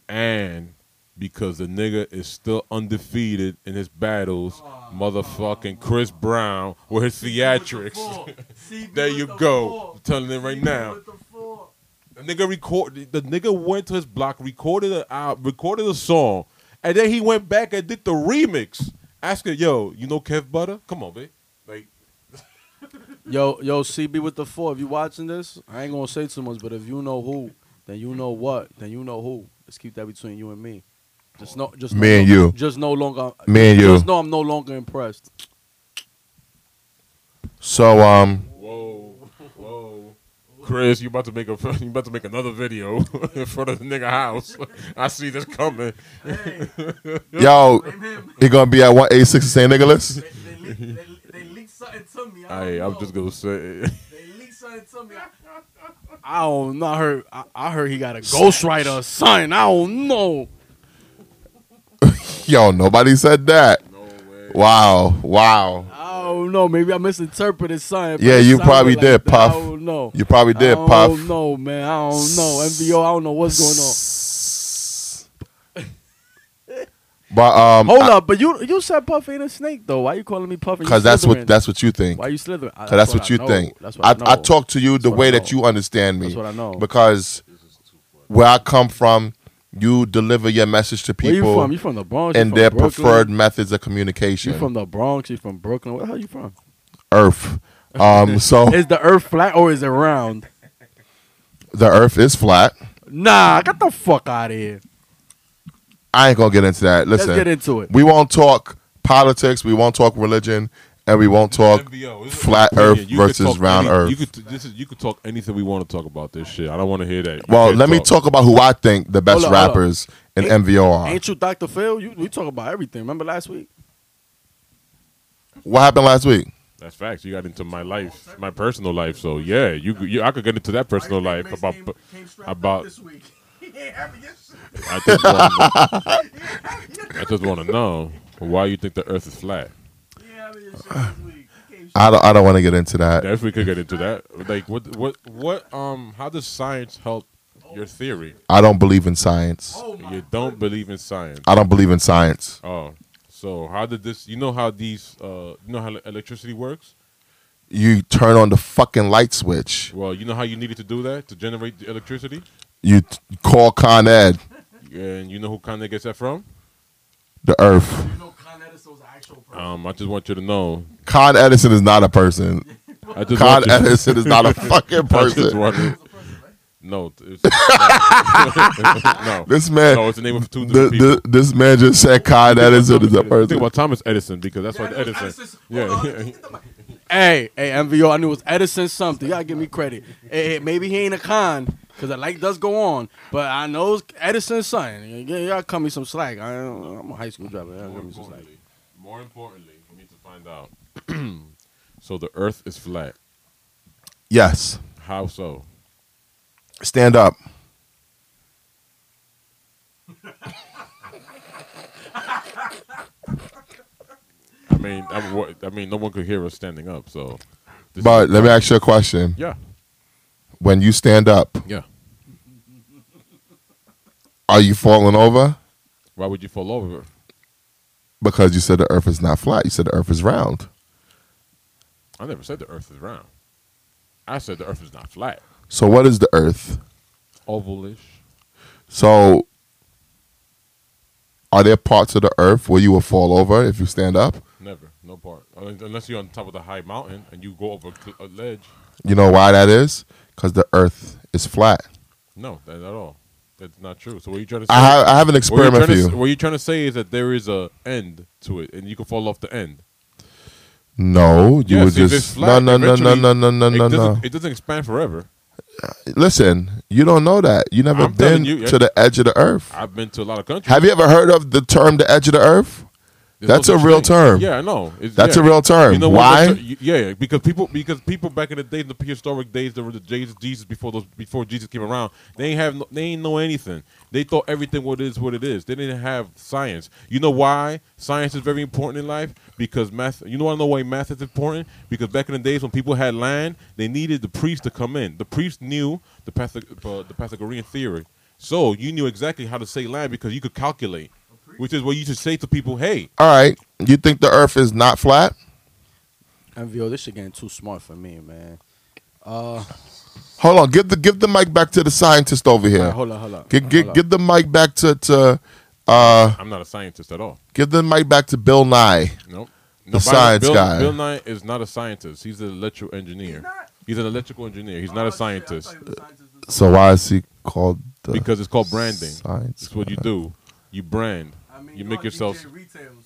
and because the nigga is still undefeated in his battles, motherfucking Chris Brown with his *laughs* theatrics. There you go. I'm telling it right now. The nigga record the nigga went to his block, recorded a uh, recorded a song, and then he went back and did the remix. Asking, yo, you know Kev Butter? Come on, babe. Like
Yo yo CB with the four. If you watching this, I ain't gonna say too much, but if you know who, then you know what, then you know who. Let's keep that between you and me. Just no, just
Me
no,
and you.
Just no longer.
Me and you.
Just know I'm no longer impressed.
So um,
Whoa, whoa. Chris, you about to make a *laughs* you about to make another video *laughs* in front of the nigga house. *laughs* I see this coming.
Hey,
yo,
blame him.
he gonna be at one eight six in St. Nicholas.
They, they, leak, they, they leaked something to me. I
I
don't
I'm
know.
just gonna say
They leaked something to me. I,
I don't know. I heard, I, I heard he got a ghostwriter or something. I don't know.
Yo, nobody said that.
No way.
Wow, wow.
I don't know. Maybe I misinterpreted something. but
Yeah,
it
you
sounded
probably
like
did,
that.
Puff.
I don't know.
You probably did,
I
Puff.
don't know, man. I don't know. MVO, I don't know what's going on.
But um,
Hold up, but you you said Puff ain't a snake though. Why you calling me Puff? and you
because that's what
Slytherin?
that's what you think.
Why you slithering?
Cause that's, what, you
I know.
think.
That's
I,
what I,
I,
know.
talk to you the
That's what
way
I
that
know.
you understand me.
That's what I know.
Because where I come from, you deliver your message to
Where you
people
from? You from the Bronx? You
in
from
their
Brooklyn?
preferred methods of
You
communication.
from the Bronx? You from Brooklyn? Where the hell you from? *laughs*
Earth. Um, so
Is the Earth flat or is it round?
the Earth is flat.
Nah, get the fuck out of here.
I ain't gonna get into that.
Let's
Listen,
get into it.
we won't talk politics. We won't talk religion, and we won't talk
NBO. It's
flat
an
Earth
opinion. You could
versus
talk
round
any-
Earth.
You could this is you could talk anything we want to talk about this shit. I don't want to hear that. You
well,
can't
let me talk about who I think the best
Hold up, hold up.
rappers in
Ain't-
MVO are.
Ain't you Dr. Phil? You, we talk about everything. Remember last week?
What happened last week?
That's facts. You got into my life, my personal life. So yeah, you, you I could get into that personal life about.
came, came strapped up
about-
this week. *laughs* He ain't having it. *sighs*
I just want *laughs* to, I just want to know why you think the Earth is flat.
He ain't having it this week. He came
I don't. I don't want to get into that.
If we could get into that, like what what what um how does science help your theory?
I don't believe in science.
Oh my
You don't believe in science.
I don't believe in science.
Oh, so how did this? You know how these? Uh, you know how electricity works?
You turn on the fucking light switch.
Well, you know how you needed to do that to generate the electricity,
You t- call Con Ed,
and you know who kind of gets that from?
the Earth.
You know Con Edison was an actual person.
Um, I just want you to know.
Con Edison is not a
*laughs*
person.
I just
Con
want you,
Edison is not a fucking
*laughs* I just
person.
want you-
He was a person, right?
no,
*laughs*
it's, *laughs* no,
This man,
no, it's the name of two
th-
different people.
th- this man just said Con Edison is a
Think
person.
about Thomas Edison because that's why
Yeah,
the
I know,
Edison.
Edison's- hold
Yeah,
on,
yeah,
he did the mic.
Hey, hey, MVO, I knew it was Edison something. Y'all give me credit. Hey, hey, maybe he ain't a con because the light does go on, but I know it's Edison's son. Y- y- Y'all cut me some slack. I, I'm a high school driver. Y'all cut me some slack.
more importantly, we need to find out. *clears throat* so the Earth is flat.
Yes,
How so?
stand up.
I mean, I, wa- I mean, no one could hear us standing up. So, this
But
is-
let me ask you a question.
yeah,
When you stand up,
yeah.
are you falling over?
Why would you fall over?
Because you said the Earth is not flat. You said the Earth is round.
I never said the Earth is round. I said the Earth is not flat.
So what is the Earth?
Ovalish.
So, are there parts of the earth where you will fall over if you stand up?
Never, no part. Uh, Un- Unless you're on top of the high mountain and you go over a cl- a ledge.
You know why that is? Because the earth is flat.
No, that at all. That's not true. So what are you trying to say?
I have, I have an
what, you're
experiment for
trying to, s-
you.
what you're trying to say is that there is a end to it, and you can fall off the end.
No, you
Yes,
would
if it's
just no
flat,
no no no
eventually
no no no
it
no
doesn't,
no.
It doesn't expand forever.
Listen, you don't know that. You never
I'm telling
been
you,
to the edge of the earth.
I've been to a lot of countries.
Have you ever heard of the term the edge of the earth?
There's
That's
no
a
such
real
thing.
term.
Yeah, I know. It's-
That's
yeah.
a real term.
You know
why?
what? You- Yeah, because people because people back in the day, in the prehistoric days, there were the Jesus, Jesus before those before Jesus came around. They ain't have no, they ain't know anything. They thought everything what is what it is. They didn't have science. You know why science is very important in life? Because math. You know I know why math is important because back in the days when people had land, they needed the priest to come in. The priest knew the Pythag- uh, the Pythagorean theory, so you knew exactly how to say land because you could calculate. Which is what you should say to people, hey,
All right. You think the earth is not flat?
MVO, this shit getting too smart for me, man. Uh,
Hold on. Give the give the mic back to the scientist over here.
alright, hold on, hold on.
Give give,
hold
give the mic back to to uh
I'm not a scientist at all.
give the mic back to Bill Nye.
Nope.
The science
Bill,
guy.
Bill Nye is not a scientist. He's an electrical engineer. He's,
not?
an electrical engineer. He's not
Oh,
a
shit, I
scientist
thought he was a scientist.
So why is he called the?
because it's called branding.
science
It's what you do. You brand.
I mean,
you make
are
yourself.
DJ retails.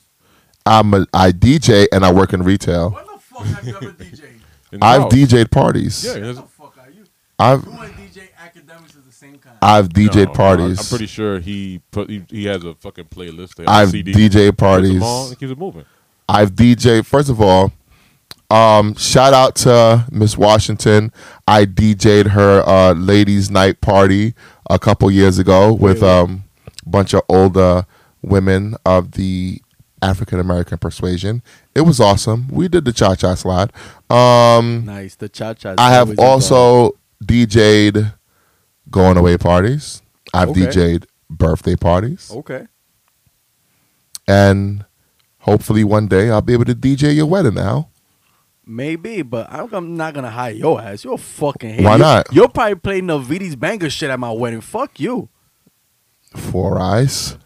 I'm a I DJ and I work in retail.
What the fuck have you ever DJed?
in the
I've
house.
DJ'd parties.
Yeah,
What
that's-
the fuck are you?
I've
You and DJ academics is the same kind.
I've
no,
DJ'd
no,
parties.
I'm pretty sure he put he, he has a fucking playlist. They have a
I've
CD.
DJ
Puts them all
parties.
and keeps it moving.
I've DJ. First of all, um, shout out to Miss Washington. I DJ'd her uh, ladies' night party a couple years ago with
Really?
um, a bunch of older women of the African American persuasion. It was awesome. We did the cha cha slide. Um,
on. Nice, the cha cha.
I have also DJ'd going away parties. I've
Okay.
DJ'd birthday parties.
Okay.
And hopefully one day I'll be able to DJ your wedding now.
Maybe, but I'm, I'm not gonna hire your ass. You're a fucking hater.
Why
You-
not?
You'll probably play Navidi's banger shit at my wedding. Fuck you.
Four Eyes.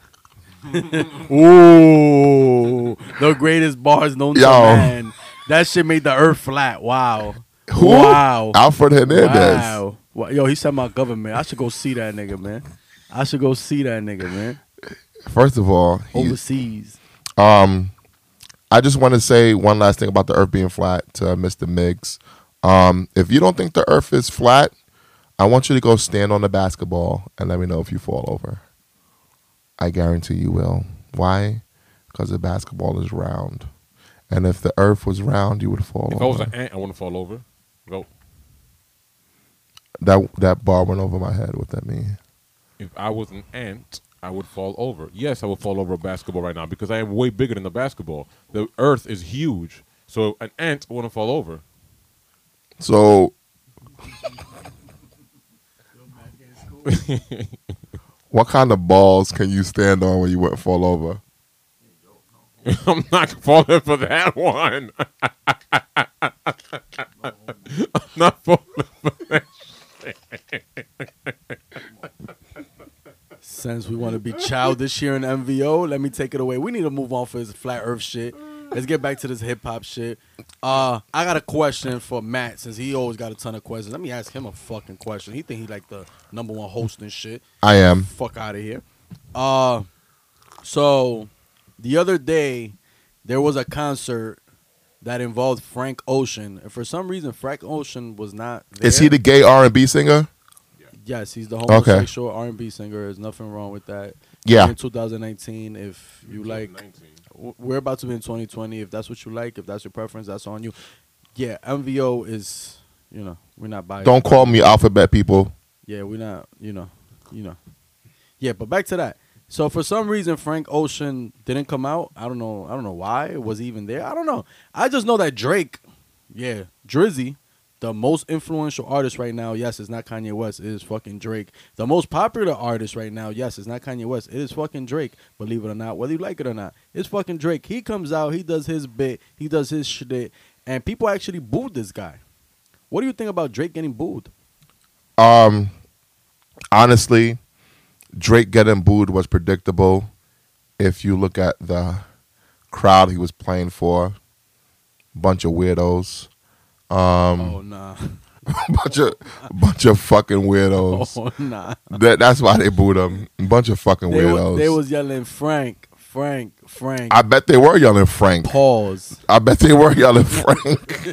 Ooh, the greatest bars known to
Yo.
man. That shit made the earth flat. Wow.
Who?
Wow.
Alfred Hernandez.
wow. Wow. Yo, he said my government. I should go see that nigga, man. I should go see that nigga, man.
First of all, he,
overseas.
um, I just want to say one last thing about the Earth being flat to Mr. Miggs. Um, if you don't think the Earth is flat, I want you to go stand on the basketball and let me know if you fall over. I guarantee you will. Why? Because the basketball is round, and if the Earth was round, you would fall
If I was
over.
an ant, I wouldn't fall over. Go.
that that bar went over my head. What that mean?
If I was an ant, I would fall over. Yes, I would fall over a basketball right now because I am way bigger than the basketball. The earth is huge. So an ant wouldn't fall over. *laughs*
So
Go back in
*laughs*
school.
What kind of balls can you stand on when you wouldn't fall over?
I'm not falling for that *laughs* one. I'm not falling.
Since we want to be childish here in MVO, let me take it away. We need to move on for this flat Earth shit. Let's get back to this hip hop shit. Uh, I got a question for Matt since he always got a ton of questions. Let me ask him a fucking question. He think he like the number one host and shit.
I am.
fuck out of here. Uh, so the other day there was a concert that involved Frank Ocean, and for some reason Frank Ocean was not. There.
Is he the gay R and B singer?
Yes, he's the homosexual R and B singer. There's nothing wrong with that.
Yeah.
In 2019, if you like,
19.
w- we're about to be in 2020. If that's what you like, if that's your preference, that's on you. Yeah, MVO is. You know, we're not biased.
Don't call me alphabet people.
Yeah, we're not, you know, you know. Yeah, but back to that. So for some reason Frank Ocean didn't come out. I don't know. I don't know why. Was he even there? I don't know. I just know that Drake, yeah, Drizzy, the most influential artist right now, yes, it's not Kanye West, it is fucking Drake. The most popular artist right now, yes, it's not Kanye West, it is fucking Drake. Believe it or not, whether you like it or not, it's fucking Drake. He comes out, he does his bit, he does his shit, and people actually booed this guy. What do you think about Drake getting booed?
Um, honestly, Drake getting booed was predictable. If you look at the crowd he was playing for, bunch of weirdos, *laughs*
oh nah. *laughs*
bunch of bunch of fucking weirdos.
*laughs* Oh nah.
That that's why they booed him. Bunch of fucking
They, wa-
weirdos.
they was yelling Frank, Frank, Frank.
I bet they were yelling Frank.
pause.
I bet they were
*laughs*
yelling Frank.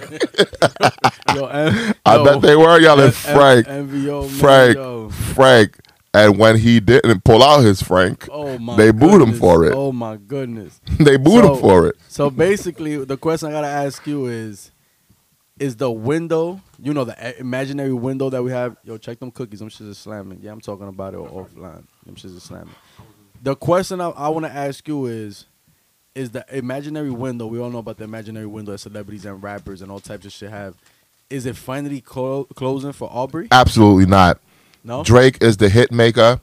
Yo, *laughs* M-
I
yo,
bet they were yelling
M-
Frank.
M- MVO, man,
Frank,
yo.
Frank. And when he didn't pull out his Frank,
Oh my
They booed him
goodness.
for it.
Oh my goodness.
*laughs* they booed
So-
him for it.
So basically, the question I gotta ask you is: Is the window, you know, the a- imaginary window that we have? Yo, check them cookies. Them shits are slamming. Yeah, I'm talking about it offline. Them shits are slamming. The question I, I want to ask you is: Is the imaginary window? We all know about the imaginary window that celebrities and rappers and all types of shit have. Is it finally clo- closing for Aubrey?
Absolutely not.
No.
Drake is the hit maker.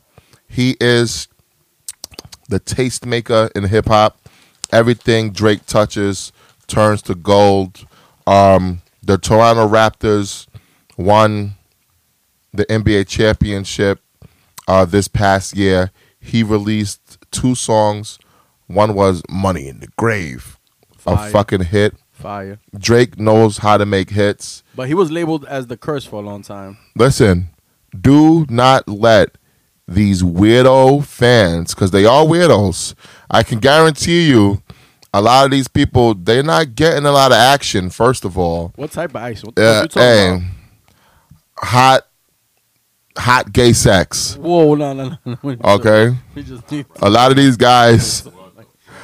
He is the taste maker in hip hop. Everything Drake touches turns to gold. Um, the Toronto Raptors won the NBA championship uh, this past year. He released two songs. One was "Money in the Grave,"
Fire.
a fucking hit.
Fire.
Drake knows how to make hits.
But he was labeled as the curse for a long time.
Listen, do not let these weirdo fans, because they are weirdos, I can guarantee you, a lot of these people, they're not getting a lot of action, first of all.
What type of ice? What the fuck
Uh,
you talking
hey,
about?
hot, hot gay sex,
Whoa, no, no, no, no.
okay?
We just need
A lot of these guys,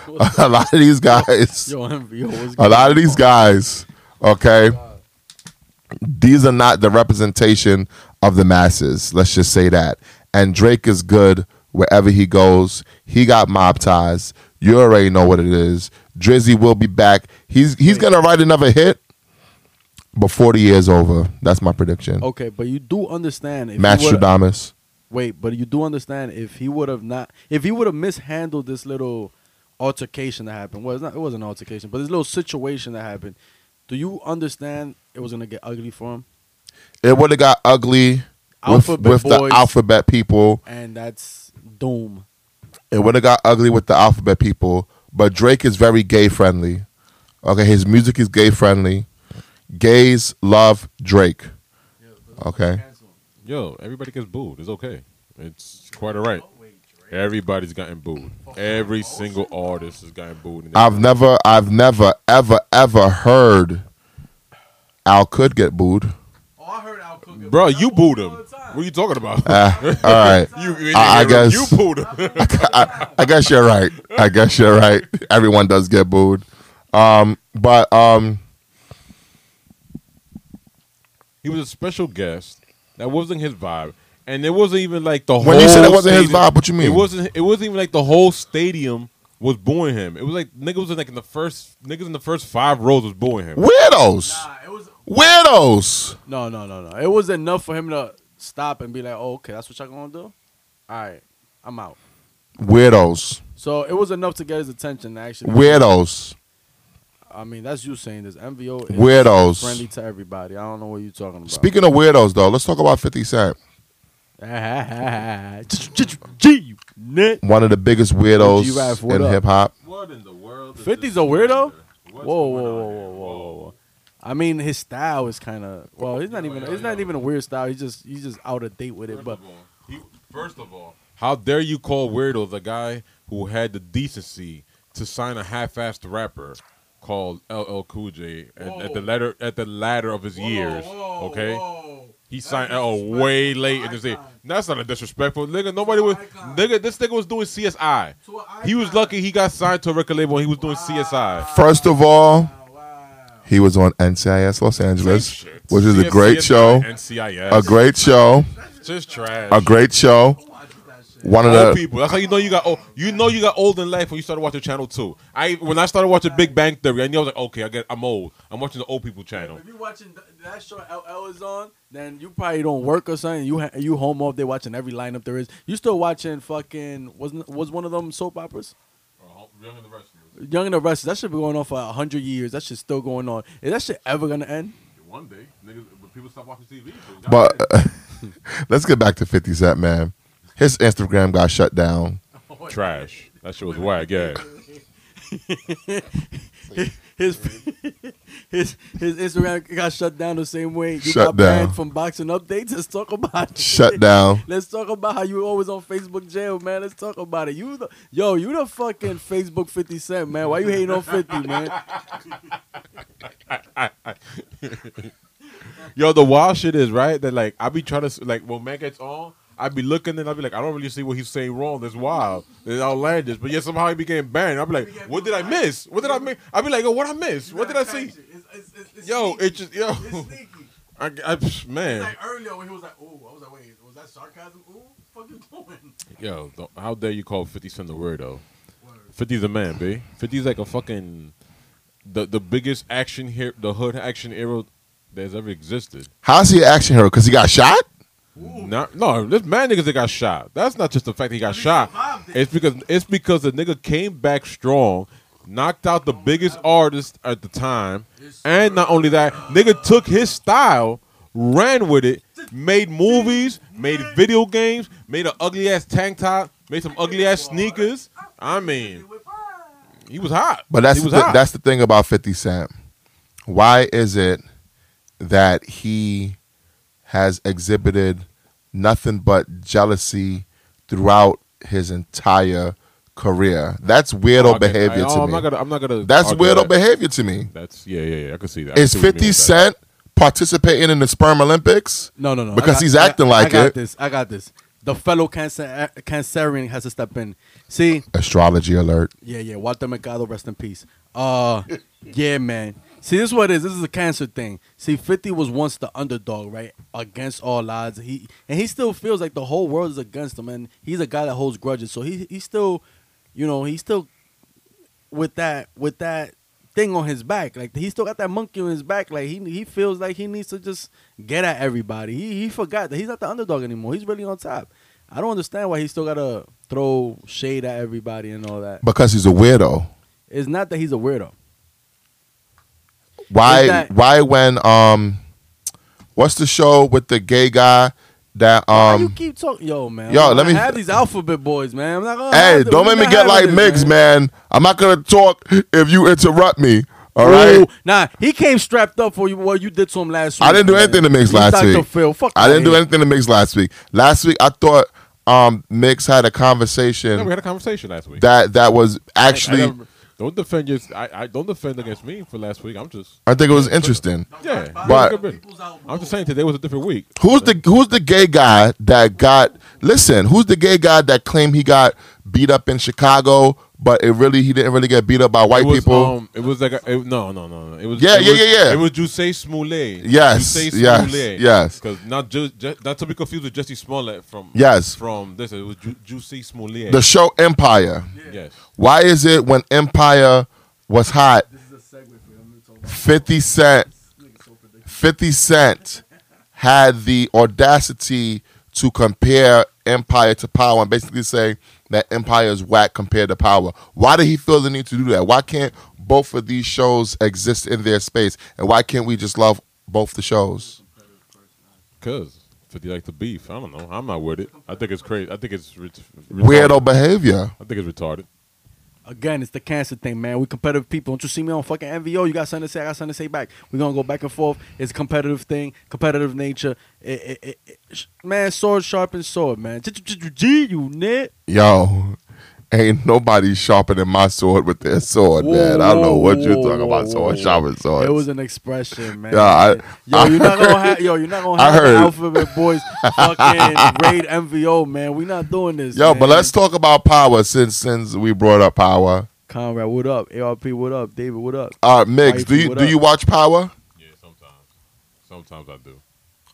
*laughs* a lot of these guys,
*laughs* Yo, MV, yo, what's
a
good?
lot of these guys, okay? These are not the representation of the masses. Let's just say that. And Drake is good wherever he goes. He got mob ties. You already know what it is. Drizzy will be back. He's he's gonna write another hit before the year's over. That's my prediction.
Okay, but you do understand if he
Matt
would've-
Stradamus.
Wait, but you do understand if he would have not, if he would have mishandled this little altercation that happened. Well, it's not, it wasn't an altercation, but this little situation that happened. Do you understand it was gonna get ugly for him?
It would have got ugly with,
Alphabet
with the
Boys.
alphabet people.
And that's doom.
It would have got ugly with the alphabet people, but Drake is very gay friendly. Okay, his music is gay friendly. Gays love Drake. Okay.
Cancel him.
Yo, everybody gets booed. It's okay. It's quite all right.
Wait, Drake.
Everybody's gotten booed. Every single artist has gotten booed. in their-
I've never, I've never, ever, ever heard Al could get booed.
Oh, I heard Al Cook. it,
Bro,
but I
you
booed
booed him.
all the
What
time.
are you talking about?
Uh, *laughs* all right.
*laughs* you,
I- I guess-
you booed him. *laughs*
I, I guess you're right. I guess you're right. Everyone does get booed. Um, but um,
he was a special guest. That wasn't his vibe, and it wasn't even like the whole.
when you said it wasn't his
stadium-
vibe, what you mean?
It wasn't. It wasn't even like the whole stadium was booing him. It was like niggas was like in the first niggas in the first five rows was booing him.
weirdos.
Nah, it was.
Weirdos.
No, no, no, no. It was enough for him to stop and be like, oh, okay, that's what y'all gonna do? All right, I'm out.
Weirdos.
So it was enough to get his attention, actually.
Weirdos.
I mean, that's you saying this. MVO is
Weirdos.
friendly to everybody. I don't know what you're talking about. *laughs*
Speaking of weirdos, though, let's talk about 50 Cent.
G Nick.
One of the biggest
G Rap,
weirdos
what
in
up?
hip hop.
What in the world?
50's a weirdo? Whoa, whoa, whoa, whoa, whoa, whoa, whoa. I mean, his style is kind of well. He's not even. It's not even a weird style. He's just. He's just out of date with it.
First
But
of all, you- first of all, how dare you call weirdo the guy who had the decency to sign a half-assed rapper called LL Cool J at, at the
Whoa.
letter at the latter of his
Whoa,
years.
whoa,
okay.
whoa.
He
That's
signed LL
disrespectful
way
to
late
an
in the day.
icon.
That's not a disrespectful nigga. Nobody was
icon.
nigga. This nigga was doing CSI.
To an
He was
icon.
lucky he got signed to a record label. and He was doing CSI.
First of all,
Wow, wow.
he was on NCIS Los Angeles,
Shit.
which is a great
CSI,
show.
NCIS.
A great show.
just trash.
A great show.
Who watches that shit?
One of
old
the
people. That's how you know you got old. You know you got old in life when you started watching Channel Two. I when I started watching Big Bang Theory, I knew I was like, okay, I get, I'm old. I'm watching the old people channel.
if you watching th- that show LL is on, then you probably don't work or something. You ha- you home all day watching every lineup there is. You still watching fucking wasn't was one of them soap operas? Young and the Restless. That should be going on for a hundred years. That shit's still going on. Is that shit ever gonna end?
One day, niggas, people stop watching TV.
but *laughs* let's get back to 50 Cent, man. His Instagram got shut down.
trash. That shit was whack. Yeah,
*laughs* His his his Instagram got shut down the same way you
Shut
got banned
down.
from boxing updates. Let's talk
*laughs*
about it.
Shut down.
Let's talk about how you always on Facebook jail, man. Let's talk about it. You the yo, you the fucking Facebook Fifty Cent, man. Why you hating on
*laughs*
Fifty, man?
yo, the wild shit is right that like I be trying to s- like when man gets on. I be looking and I be like, I don't really see what he's saying wrong. That's wild. That's outlandish. But yet somehow he became banned. I be like, what did I miss? What did I miss? I be like, yo, what I miss? What did I see?
It's, it's, it's, it's
Yo,
sneaky.
it just yo. *laughs*
It's sneaky.
I, I psh, man,
Like earlier when he was like, "Ooh," I was like, "Wait, was that sarcasm?" Ooh, what the fuck you doing?
yo, don't- how dare you call Fifty Cent a weirdo? 50's a man, b. 50's like a fucking the the biggest action hero, the hood action hero that's ever existed.
How's he an action hero? Because he got shot?
Not, no, this mad niggas that got shot. That's not just the fact he got
he
shot.
survived it.
It's because it's because the nigga came back strong, knocked out
Oh,
the biggest artist at the time, and not only that, nigga took his style, ran with it, made movies, made video games, made an ugly ass tank top, made some ugly ass sneakers. I mean, he was hot.
But that's
he
the,
was hot.
that's the thing about 50 Cent. Why is it that he has exhibited nothing but jealousy throughout his entire career? That's weirdo
Okay,
behavior to
I- oh, I'm
me.
not gonna. I'm not gonna
that's
argue
weirdo
that.
behavior to me.
That's yeah, yeah, yeah. I can see that. I can
Is
see what you mean
50
with that.
Cent participating in the Sperm Olympics?
No, no, no. I
Because
got-
he's
I-
acting
I
like
got
it.
this. I got this. The fellow cancer uh, cancerian has to step in. See,
Astrology alert.
Yeah, yeah. Walter Mercado, rest in peace. Uh, yeah, man. See, this is what it is. This is a cancer thing. See, Fifty was once the underdog, right? Against all odds, he and he still feels like the whole world is against him, and he's a guy that holds grudges. So he he still, you know, he still with that with that thing on his back. Like he still got that monkey on his back. Like he he feels like he needs to just get at everybody. He he forgot that he's not the underdog anymore. He's really on top. I don't understand why he still gotta throw shade at everybody and all that.
Because he's a weirdo.
It's not that he's a weirdo.
Why?
Is that-
why when um, what's the show with the gay guy that
Why you
um?
keep talking, yo, man.
yo,
I'm
let
gonna
me-
have these alphabet boys, man. I'm not gonna
Hey,
have to-
don't
we
make me
not
get
having
like
this,
Mix, man. I'm not gonna talk if you interrupt me. All right.
Ooh, nah, he came strapped up for you, what you did to him last week.
I didn't do
man.
anything to Mix
You
last
Dr.
week.
Phil. Fuck
I didn't
outta
do
here.
anything to Mix last week. Last week I thought um, Mix had a conversation
No, we had a conversation last week.
that that was
I- I
actually. I,
never- don't defend your. I, I don't defend against me for last week. I'm just.
think it was interesting.
Yeah,
But-
I'm just saying today was a different week.
Who's the Who's the gay guy that got? Listen, who's the gay guy that claimed he got beat up in Chicago, but it really he didn't really get beat up by white
it was,
people?
Um, it was like a, it, no, no, no, no. It was
Yeah,
it
yeah,
was,
yeah, yeah.
It was Jusei Smollett.
Yes, yes, yes.
Because not ju- ju- not to be confused with Jesse Smollett from
Yes.
from this. It was Ju- Jusei Smollett.
the show Empire.
yes,
Why is it when Empire was hot,
This is a segue for you. I'm gonna talk about
50 Cent,
this nigga so predictable.
50 Cent had the audacity to compare Empire to Power and basically say that Empire is whack compared to Power. Why did he feel the need to do that? Why can't both of these shows exist in their space? And why can't we just love both the shows?
because Fifty like the beef. I don't know. I'm not with it. I think it's crazy. I think it's ret- retarded.
Weirdo behavior.
I think it's retarded.
Again, it's the cancer thing, man. We competitive people. Don't you see me on fucking NVO? You got something to say. I got something to say back. We're gonna go back and forth. It's a competitive thing, competitive nature. It- it- it- it- sh- man, sword sharpens sword, man. G, you nit.
Yo, ain't nobody sharpening my sword with their sword, man. I don't know what you're talking about, sword, sharpening swords.
It was an expression, man.
Yeah, I-
yo,
I
you're not gonna have yo, you're not gonna
*laughs* I
have the
heard.
Alphabet Boys fucking raid MVO, man. We're not doing this.
Yo, but
man.
let's talk about power since since we brought up power.
Conrad, what up? ARP, what up? David, what up?
Uh Mix,
Wifey,
do you
what
do
up?
you watch Power?
Yeah, sometimes. Sometimes I do.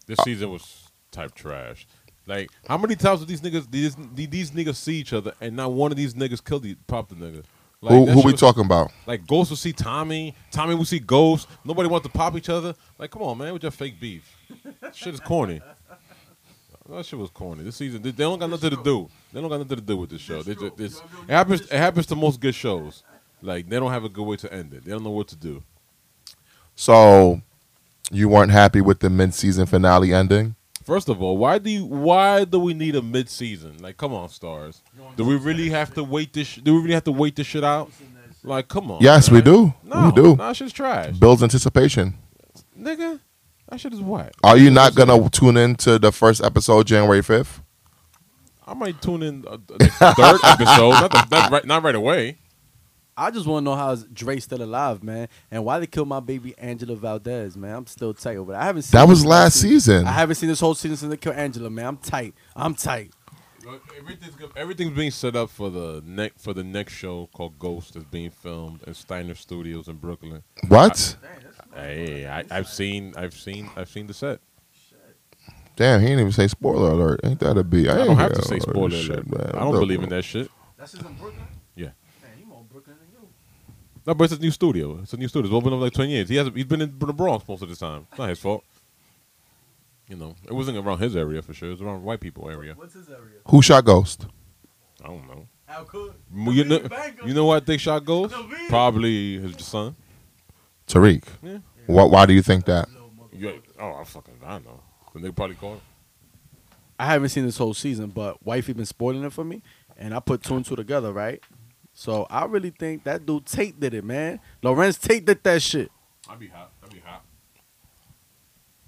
This season was type trash. Like, how many times did these niggas these did these niggas see each other and not one of these niggas killed the pop the nigga? Like,
who
that
who
shit
we
was-
talking about?
Like Ghost will see Tommy, Tommy will see Ghost. Nobody wants to pop each other. Like, come on, man, with your fake beef. shit is corny. That shit was corny. This season, they, they don't got nothing to do. They don't got nothing to do with this show. They just, it's, it happens. It happens to most good shows. Like, they don't have a good way to end it. They don't know what to do.
So you weren't happy with the mid season finale ending?
First of all, why do you, why do we need a mid-season? Like, come on, stars. Do we really have to wait this? sh- Do we really have to wait this shit out? Like, come
Oh,
on.
yes, we
man.
do.
No,
we do.
Nah, shit's trash,
Builds anticipation.
nigga. That shit is whack.
Are you not gonna tune in to the first episode January fifth?
I might tune in uh,
*laughs*
the third episode, not, the, not right, not right away.
I just want to know how is Dre still alive, man, and why they killed my baby Angela Valdez, man. I'm still tight over that. I haven't seen
That was
this
last season.
I haven't seen this whole season since they killed Angela, man. I'm tight. I'm tight.
Everything's, go- everything's being set up for the next for the next show called Ghost that's being filmed at Steiner Studios in Brooklyn.
What?
Hey, I, I've seen, I've seen, I've seen the set.
Damn, he didn't even say spoiler alert. Ain't that a B?
I don't
ain't
have
hear
to say
all that
spoiler
shit,
alert.
man.
I don't
Look,
believe in that shit.
That's just in Brooklyn?
Yeah.
Man, you more Brooklyn than you.
No, but it's a new studio. It's a new studio. It's open up like twenty years. He has he's been in the Bronx most of the time. It's not his fault. You know, it wasn't around his area for sure. It was around white people area.
What's his area?
Who shot Ghost?
I don't know.
Al Cook.
You know, you know why I think shot goes?
The Beatles.
Probably his son.
Tariq.
Yeah.
Why, why do you think that?
You, oh, I fucking I don't know. The nigga probably called. him.
I haven't seen this whole season, but wifey been spoiling it for me, and I put two and two together, right? So I really think that dude Tate did it, man. Lorenz Tate did that shit.
I'd be hot. That'd be hot.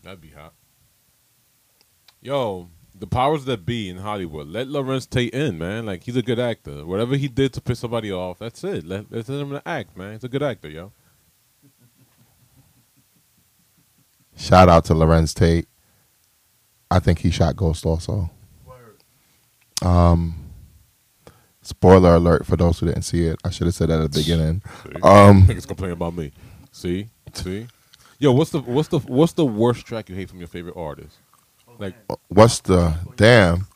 That'd be hot. Yo, the powers that be in Hollywood, let Lawrence Tate in, man. Like he's a good actor. Whatever he did to piss somebody off, that's it. Let let him act, man. He's a good actor, yo.
Shout out to Lorenz Tate. I think he shot Ghost also.
Word.
Um, spoiler alert for those who didn't see it. I should have said that at the
*laughs*
beginning.
See?
Um,
Niggas complaining about me. See, see. Yo, what's the what's the what's the worst track you hate from your favorite artist? Like
what's the damn?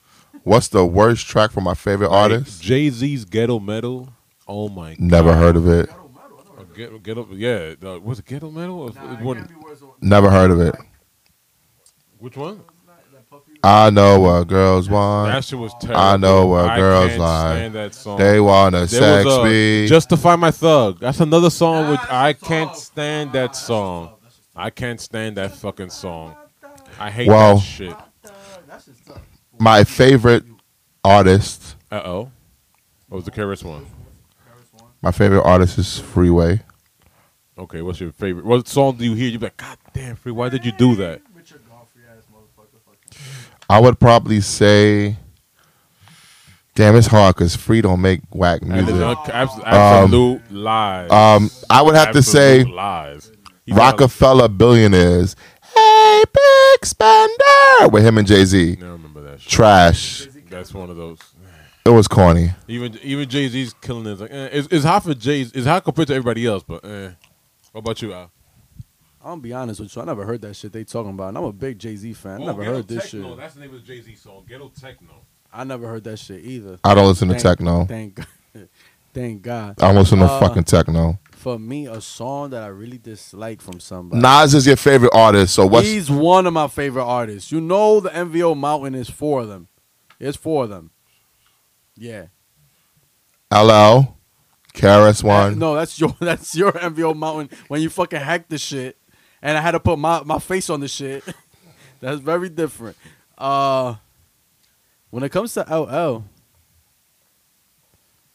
What's the worst track from my favorite artist?
Jay Z's Ghetto Metal. Oh my god.
Never heard of it.
Ghetto metal. I know
Uh,
that.
Ghetto, ghetto, yeah. uh, was it Ghetto Metal? Or
Nah,
it
it
wasn't-
can't be worse than-
Never heard of it.
which one?
It's not that puffy.
I know what girls
That
want.
shit was terrible.
Uh, I know what
I
girls
can't
like.
stand that song.
They wanna
There
sex
was, uh,
me.
Justify My Thug. That's another song
Nah,
which
that's
I
soft.
can't stand
Nah,
that
that's
song.
tough. That's just-
I can't stand that fucking song. I hate
Well-
that shit.
Uh, That's just tough.
my favorite artist.
Uh oh. What was the Karis one?
Karis one.
My favorite artist is Freeway.
Okay, what's your favorite? What song do you hear? You're like, God damn, free. Why did you do that?
Richard Godfrey ass motherfucker. Fucking.
I would probably say Damn, it's hard because Free don't make whack
And
music.
it's un- abs- absolute lies.
Um, I would have to say
Absolute lies. He's
Rockefeller billionaires. Hey, big spender with him and Jay
*laughs*
Z.
not- I remember that. Shit.
Trash.
That's one of those.
It was corny.
Even even Jay Z's killing it. It's Like, eh, it's, it's hot for Jay. It's hot compared to everybody else. But eh. what about you, Al?
I'm gonna be honest with you. I never heard that shit they talking about, and I'm a big Jay Z fan.
Oh,
I never heard this shit.
That's the name of Jay Z song. Ghetto techno.
I never heard that shit either.
I don't listen to
Thank-
techno.
Thank, *laughs* thank God.
I don't listen to
Uh,
fucking techno.
For me, a song that I really dislike from somebody.
Nas is your favorite artist, so what's
He's one of my favorite artists. You know the MVO Mountain is for them. It's for them. Yeah.
LL, Karis
That-
One?
no, that's your *laughs* that's your MVO Mountain when you fucking hack the shit and I had to put my, my face on the shit. *laughs* that's very different. Uh when it comes to LL,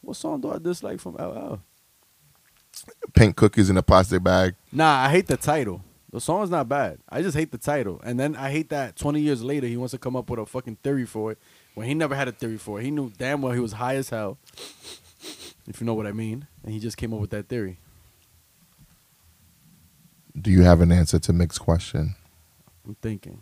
what song do I dislike from LL?
Pink cookies in a plastic bag.
Nah, I hate the title. The song's not bad. I just hate the title. And then I hate that 20 years later he wants to come up with a fucking theory for it when he never had a theory for it. He knew damn well he was high as hell. If you know what I mean. And he just came up with that theory.
Do you have an answer to Mick's question?
I'm thinking.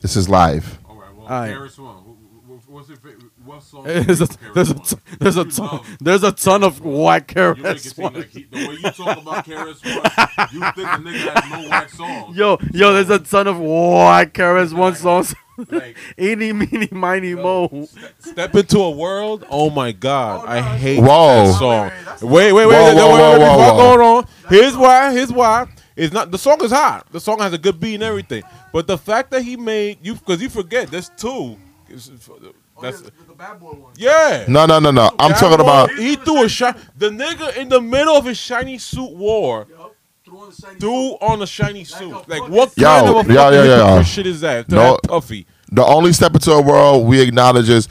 This is live.
All right. Well,
All right.
Karis One. Wh- wh- What's your favorite? What song?
There's a, there's a, ton, there's a ton, there's a ton of whack
You make it
carrots.
seem like he, the way you talk about Karis One, you think the nigga has no wax songs.
Yo, yo, there's a ton of whack carrots. One song,
Like,
*laughs* eeny, meeny, miny, mo.
Step into a world. Oh my God, I hate
Whoa.
that song. Wait, wait, wait,
Whoa,
wait,
whoa,
wait,
whoa,
wait,
whoa,
before
whoa.
going on. Here's why. Here's why. It's not the song is hot. The song has a good beat and everything. But the fact that he made you because you forget there's two. It's- uh, That's
Oh, the, the bad boy one.
yeah.
No, no, no, no. I'm
That
talking
boy,
about
he threw a shot. The nigga in the middle of his shiny suit war
Yup. Threw on the shiny
threw
suit.
on a shiny suit.
a
Like
fucking-
what
Yo,
kind of a
yo,
fucking
yo, yo, yo.
hypocrite shit is that? To
No.
that puffy.
the only step into a world we acknowledge is.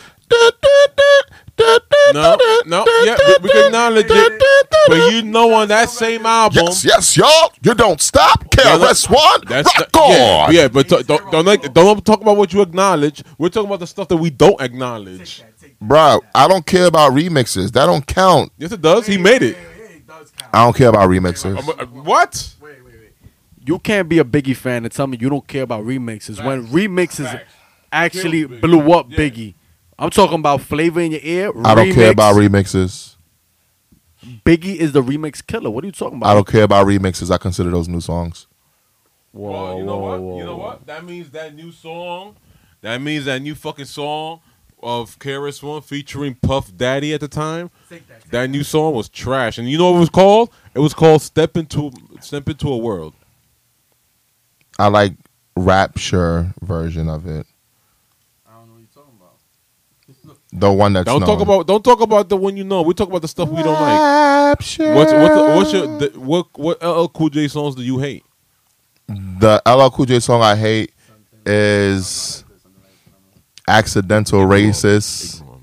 No, no, yeah, we, we can acknowledge it. But you know, on that same album,
Yes, yes, y'all. You don't stop. KRS One.
that's
Rock
the-
on.
Yeah, yeah but t- don't don't like, don't talk about what you acknowledge. We're talking about the stuff that we don't acknowledge.
Take that, take that.
Bro, I don't care about remixes. That don't count.
Yes, it does. He made it.
Yeah, yeah, it does count.
I don't care about remixes.
Um, uh, What?
Wait, wait, wait.
You can't be a Biggie fan and tell me you don't care about remixes when remixes
Facts.
actually
Killed Biggie.
blew up
Yeah.
Biggie. I'm talking about flavor in your ear.
I don't care
remix.
about remixes.
Biggie is the remix killer. What are you talking about?
I don't care about remixes. I consider those new songs.
Whoa,
well, you know
whoa,
what? You
whoa.
know what? That means that new song. That means that new fucking song of Karis One featuring Puff Daddy at the time.
Take that. Take
That new song was trash, and you know what it was called? It was called "Step Into Step Into a World."
I like Rapture version of it.
that. I don't know what you're talking about.
The one that's
Don't talk
known.
about don't talk about the one you know. We talk about the stuff we don't like.
Rapture.
What's what's what's your the, what what LL Cool J songs do you hate?
the LL Cool J song I hate is accidental racist.
Ignore me.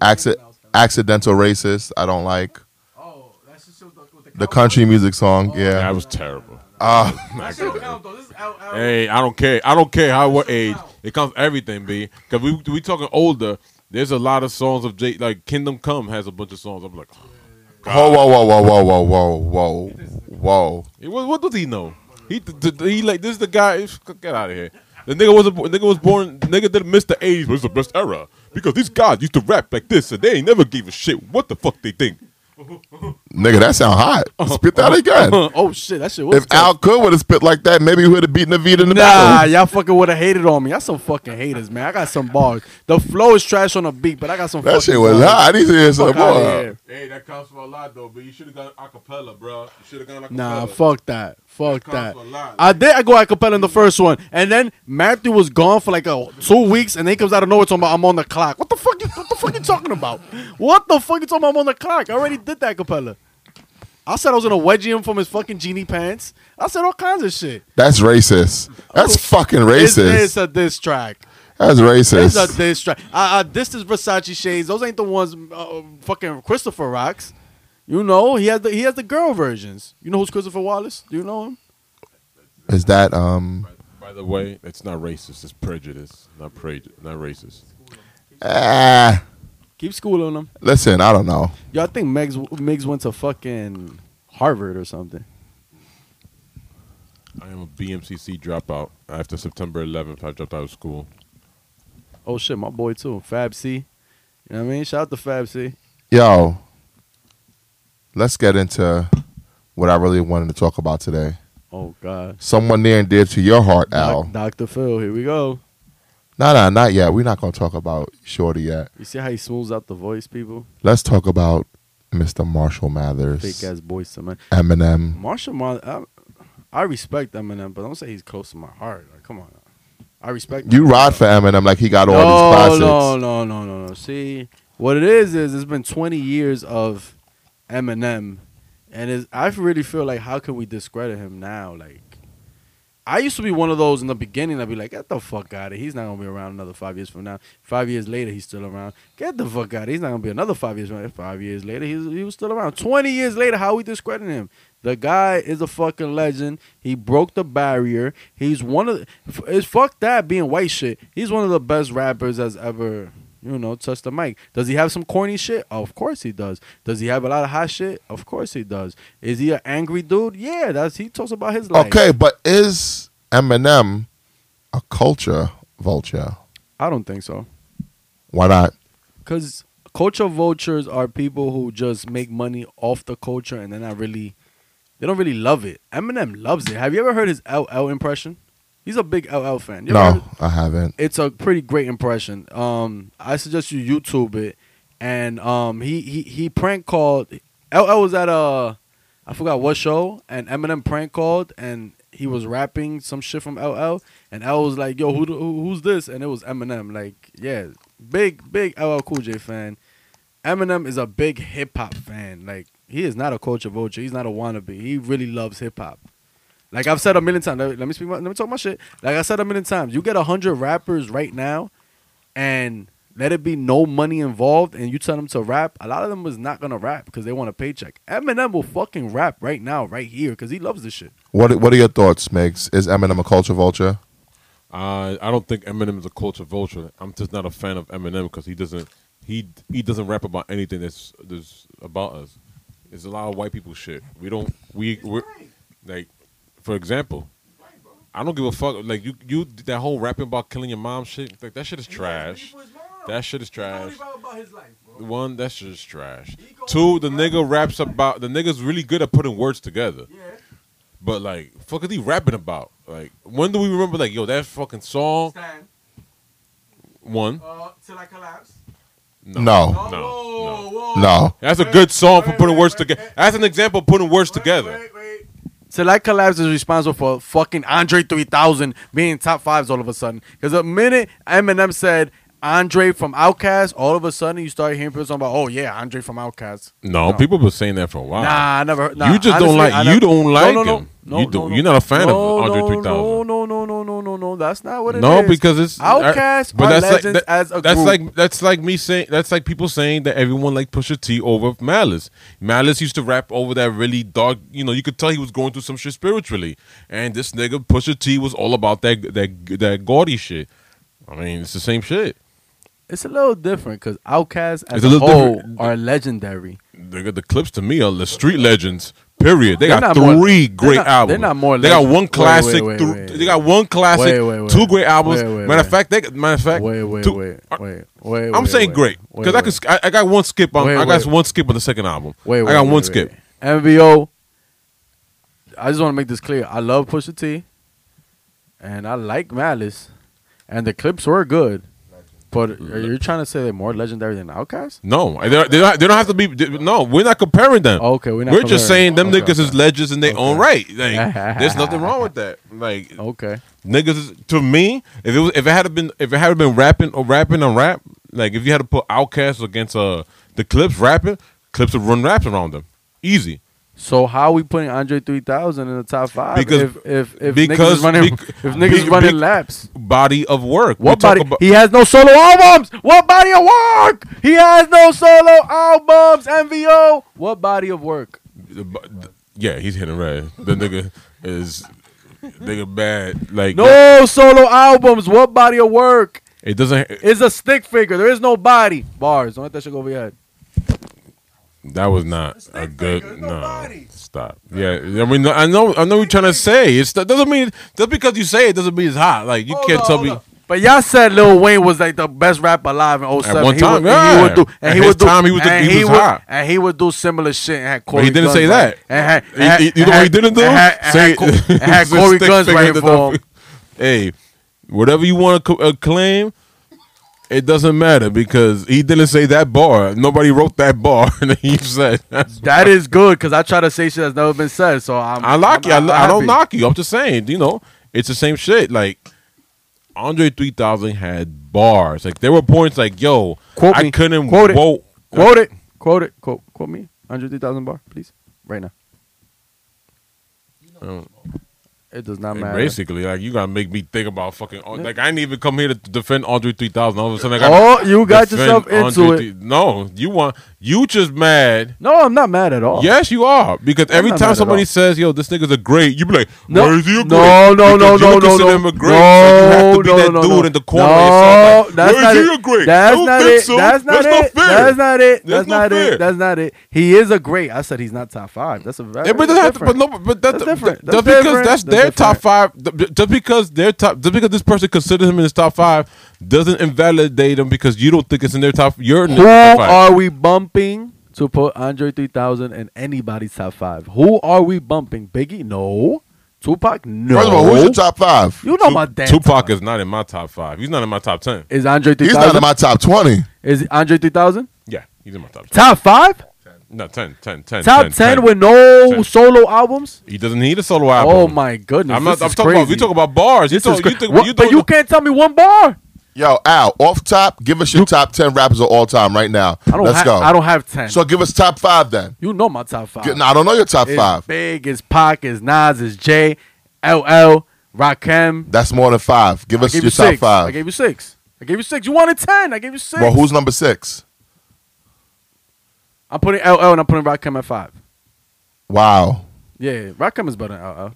Acci- accidental racist. I don't like
Oh, that's just with the, with the,
the
cowboy.
country music song.
Oh,
That
Yeah.
was terrible.
Uh,
*laughs* That shit don't count though. This is out. out.
Hey, I don't care. I don't care how what age it comes. Everything, b. Because we we talking older. There's a lot of songs of J like Kingdom Come has a bunch of songs. I'm like,
whoa, whoa, whoa, whoa, whoa, whoa, whoa, whoa, whoa.
what, what does he know? He th- th- he like this is the guy. Get out of here. The nigga was a, nigga was born. Nigga didn't miss the age, but it's the best era because these guys used to rap like this and they ain't never gave a shit what the fuck they think.
Nigga, that sound hot. Spit that again.
oh shit, that shit was *laughs*
If Al Could would have spit like that, maybe he would have beaten the beat in the
Nah,
battle.
y'all fucking would have hated on me. Y'all some fucking haters, man. I got some bars. The flow is trash on the beat, but I got some.
That
fucking
shit was
bars.
hot. I need to hear
Fuck
some
outta
more.
here.
*laughs* Hey, that counts for a lot though. But you should have gone acapella, bro. You should have gone acapella.
Nah, fuck that. Fuck
Comes
that.
a lot.
I did I go a cappella in the first one, and then Matthew was gone for like a, two weeks, and then he comes out of nowhere talking about I'm on the clock. What the fuck? You, what the fuck you talking about? What the fuck you talking about? I'm on the clock. I already did that cappella. I said I was gonna wedgie him from his fucking genie pants. I said all kinds of shit.
That's racist. That's fucking
It's, it's
racist.
a diss track.
That's
It's a
racist.
diss track. I, I this is Versace shades. Those ain't the ones uh, fucking Christopher rocks. You know he has the he has the girl versions. You know who's Christopher Wallace? Do you know him?
Is that um?
By the way, it's not racist. It's prejudice, not prejudice, not racist.
Ah,
Keep schooling them.
Listen, I don't know.
Y'all think Megs Megs went to fucking Harvard or something?
I am a BMCC dropout. After September 11th, I dropped out of school.
Oh shit, my boy too, Fab C. You know what I mean? Shout out to Fab C.
Yo, let's get into what I really wanted to talk about today.
Oh god,
Someone near and dear to your heart, Al.
Doctor Phil. Here we go.
No, no, not yet. We're not going to talk about Shorty yet.
You see how he smooths out the voice, people?
Let's talk about Mr. Marshall
Fake
Mathers,
ass voice, man.
Eminem.
Marshall, Mar- I, I respect Eminem, but don't say he's close to my heart. Like, come on, I respect.
You
Eminem.
ride for Eminem like he got all
no,
these classics.
No, no, no, no, no. See, what it is is it's been 20 years of Eminem, and it's, I really feel like how can we discredit him now? Like, I used to be one of those in the beginning. I'd be like, get the fuck out of. He's not gonna be around another five years from now. Five years later, he's still around. Get the fuck out. He's not gonna be another five years. From now. Five years later, he's, he was still around. 20 years later, how we discrediting him? The guy is a fucking legend. He broke the barrier. He's one of the, f- it's fuck that being white shit. He's one of the best rappers that's ever you know touched the mic. Does he have some corny shit? Of course he does. Does he have a lot of hot shit? Of course he does. Is he an angry dude? Yeah, that's he talks about his life.
Okay, but is Eminem a culture vulture?
I don't think so.
Why not?
Cause culture vultures are people who just make money off the culture and they're not really they don't really love it. Eminem loves it. Have you ever heard his LL impression? He's a big LL fan. You ever heard-
No, I haven't.
it's a pretty great impression. Um, I suggest you YouTube it. And um, he he he prank called. LL was at a, I forgot what show, and Eminem prank called, and he was rapping some shit from LL, and LL was like, "Yo, who, the- who who's this?" And it was Eminem. Like, yeah, big big LL Cool J fan. Eminem is a big hip hop fan. Like, he is not a culture vulture. He's not a wannabe. He really loves hip hop. Like I've said a million times. Let, let me speak. My, let me talk my shit. Like I said a million times. You get hundred rappers right now, and let it be no money involved, and you tell them to rap. A lot of them is not gonna rap because they want a paycheck. Eminem will fucking rap right now, right here, because he loves this shit.
What What are your thoughts, Migs? Is Eminem a culture vulture?
I I don't think Eminem is a culture vulture. I'm just not a fan of Eminem because he doesn't he he doesn't rap about anything that's that's about us. It's a lot of white people shit. We don't we we like for example, I don't give a fuck. Like you you that whole rapping about killing your mom shit. Like that shit is trash. That shit is trash.
about his life, bro.
One, that's just trash. Two, the nigga raps about the nigga's really good at putting words together.
Yeah.
But like, fuck is he rapping about? Like, when do we remember? Like, yo, that fucking song.
Stand.
One,
Uh, till I collapse.
No.
No,
whoa,
no.
whoa.
No.
that's a good song for putting words
Wait, wait,
together. That's an example of putting words
Wait,
together.
Wait, wait.
Till I collapse is responsible for fucking Andre 3000 being top fives all of a sudden. Because the minute Eminem said Andre from Outkast, all of a sudden you start hearing people talking about, oh yeah, Andre from Outkast.
No, people been saying that for a while.
Nah, I never heard. Nah,
You just don't
honestly,
like-
I
you
never-
don't like
no, no,
him.
No,
You
no,
don't-
no.
you're not a fan of
No,
Andre
no,
3000.
No, no, no, no, no, no. That's not what it is.
no, because it's uh,
Outkast
but
are
that's like,
legends
that-
as a
that's
group.
like that's like me saying that's like people saying that everyone liked Pusha T over Malice. Malice used to rap over that really dark. You know, you could tell he was going through some shit spiritually, and this nigga Pusha T was all about that that that gaudy shit. I mean, it's the same shit.
it's a little different because Outkast as
It's a
a,
little
whole
different.
are legendary.
The, the clips to me are the street legends. Period. They
They're
got
not more-
three
they're
great
not- they're
albums.
not more
They got
legends.
one
Wait,
classic.
wait, wait,
thr-
wait,
They got one classic.
Wait, wait, wait.
two great albums.
Wait, wait,
matter of
wait.
fact, they, matter of fact.
Wait, wait,
two-
wait,
are-
wait, wait.
I'm
wait,
saying
wait.
great
Wait,
because I could.
wait.
sk- I, I got one skip on.
Wait,
I got
wait.
one skip on the second album.
Wait, wait,
I got
wait,
one
wait,
skip.
wait. MVO. I just want to make this clear. I love Pusha T, and I like Malice, and the clips were good. But uh, are you trying to say they're more legendary than Outkast?
No, they don't, they don't. They don't have to be. they- No, we're not comparing them.
Okay, we're not.
we're just saying
comparing.
them
Okay,
niggas is legends in their own right. Like,
*laughs*
there's nothing wrong with that. Like
Okay. okay.
niggas, is, to me, if it was, if it had been, if it had been rapping or rapping on rap, like if you had to put Outkast against uh the Clips rapping, Clips would run raps around them, easy.
So how are we putting Andre 3000 in the top five?
Because-
if if, if niggas
because-
is running
bec-
if niggas is
be-
running
be-
laps,
Body of work. We
what
talk
body?
about-
he has no solo albums. What body of work? He has no solo albums. MVO. What body of work?
The bu- th- yeah, he's hitting red. The nigga is nigga bad. Like
No solo albums. What body of work?
It doesn't.
It's a stick figure. There is no body. Bars. Don't let that shit go over your head.
That was not
It's
a
not fair,
good
it's
no.
nobody.
Stop. Yeah, I mean, I know, I know what you're trying to say. It's that doesn't mean just because you say it doesn't mean it's hot. Like you
Hold
can't
on,
tell
hold
me
on. But y'all said Lil Wayne was like the best rapper alive in 07.
At one
He
time,
would- and he
yeah.
would do,
At
and he
his
would do,
time, he was the-
and
he was
would,
hot.
and he would do similar shit and had Corey.
he didn't
Guns
say that.
Right. And had,
You-
and had,
you- you know what he didn't do?
And had,
*laughs*
and
Say-
had, Co- and had
Just
Corey
stick
Guns
figure
right
to
for
the-
him.
Hey, whatever you want to uh, claim, it doesn't matter because he didn't say that bar. Nobody wrote that bar, *laughs* and you said that's.
That is good because I try to say shit that's never been said. So I'm.
I like you. I,
I'm- I'm
I don't
happy.
knock you. I'm just saying, you know, it's the same shit. Like Andre 3000 had bars. Like there were points like, yo,
Quote
I
me.
couldn't
Quote it.
quote-
Quote it. Quote it. Quote. Quote me. Hundred three thousand bar, please, right now. It does not
Like,
matter.
basically, like you gotta make me think about fucking. Like I didn't even come here to defend Andre 3000. All of a sudden, I got
Oh, you got yourself into it.
No, you want you just mad.
No, I'm not mad at all.
Yes, you are because every
not mad
time
at
somebody
all.
says, "Yo, this nigga's a great," you be like,
No,
"Where is he a great?"
no, no, no,
Because you
no,
don't
no,
consider
no.
him a great, so you have to be
No, no,
that
no,
dude
no.
in the corner.
No,
yourself, like,
that's
"Where
not
is
it.
he a great?" I
That's
don't
not
think
it.
so.
That's not it.
fair.
That's not it.
That's
That's
not
not it.
fair.
That's not it. He is a great. I said he's not top five. That's a very.
Yeah, but
that's
that have to, but
different.
no, but that, that-
That's different.
that- just
That's
because
different.
that's
That's
their top five, th- just because their top, just because this person considers him in his top five, doesn't invalidate them because you don't think it's in their top. You're in
Who
their top five.
are we bumping to put Andre 3000 in anybody's top five? Who are we bumping? Biggie? No. Tupac? No.
First of all, who's your top five?
You know my damn.
Tupac
top.
is not in my top five. He's not in my top ten.
is Andre
He's not
3000.
in my top twenty.
is Andre 3000
Yeah, he's in my top. 10.
top five?
No, 10, 10, 10,
Top
10,
10, with no
10.
solo albums?
He doesn't need a solo album.
Oh my goodness!
I'm not.
this
I'm
is
talking about. We
crazy.
talk about bars. You
This is
talk.
cra-
You think.
What-
You
but
don't
you
know-
can't tell me one bar.
Yo, Al, off top, give us your top ten rappers of all time right now.
I don't.
Let's
ha-
go.
I don't have ten.
So give us top five then.
you know my top five.
Get- No, I don't know your top
It's
five.
Big is Pac, is Nas, is Jay, LL, Rakim.
That's more than five. Give
I
us
gave
your
you
top
six. I
five.
gave you six. I gave you six. You wanted ten. I gave you six.
Well, who's number six?
I'm putting LL and I'm putting Rakim at five.
Wow,
Yeah, Rakim is better than LL.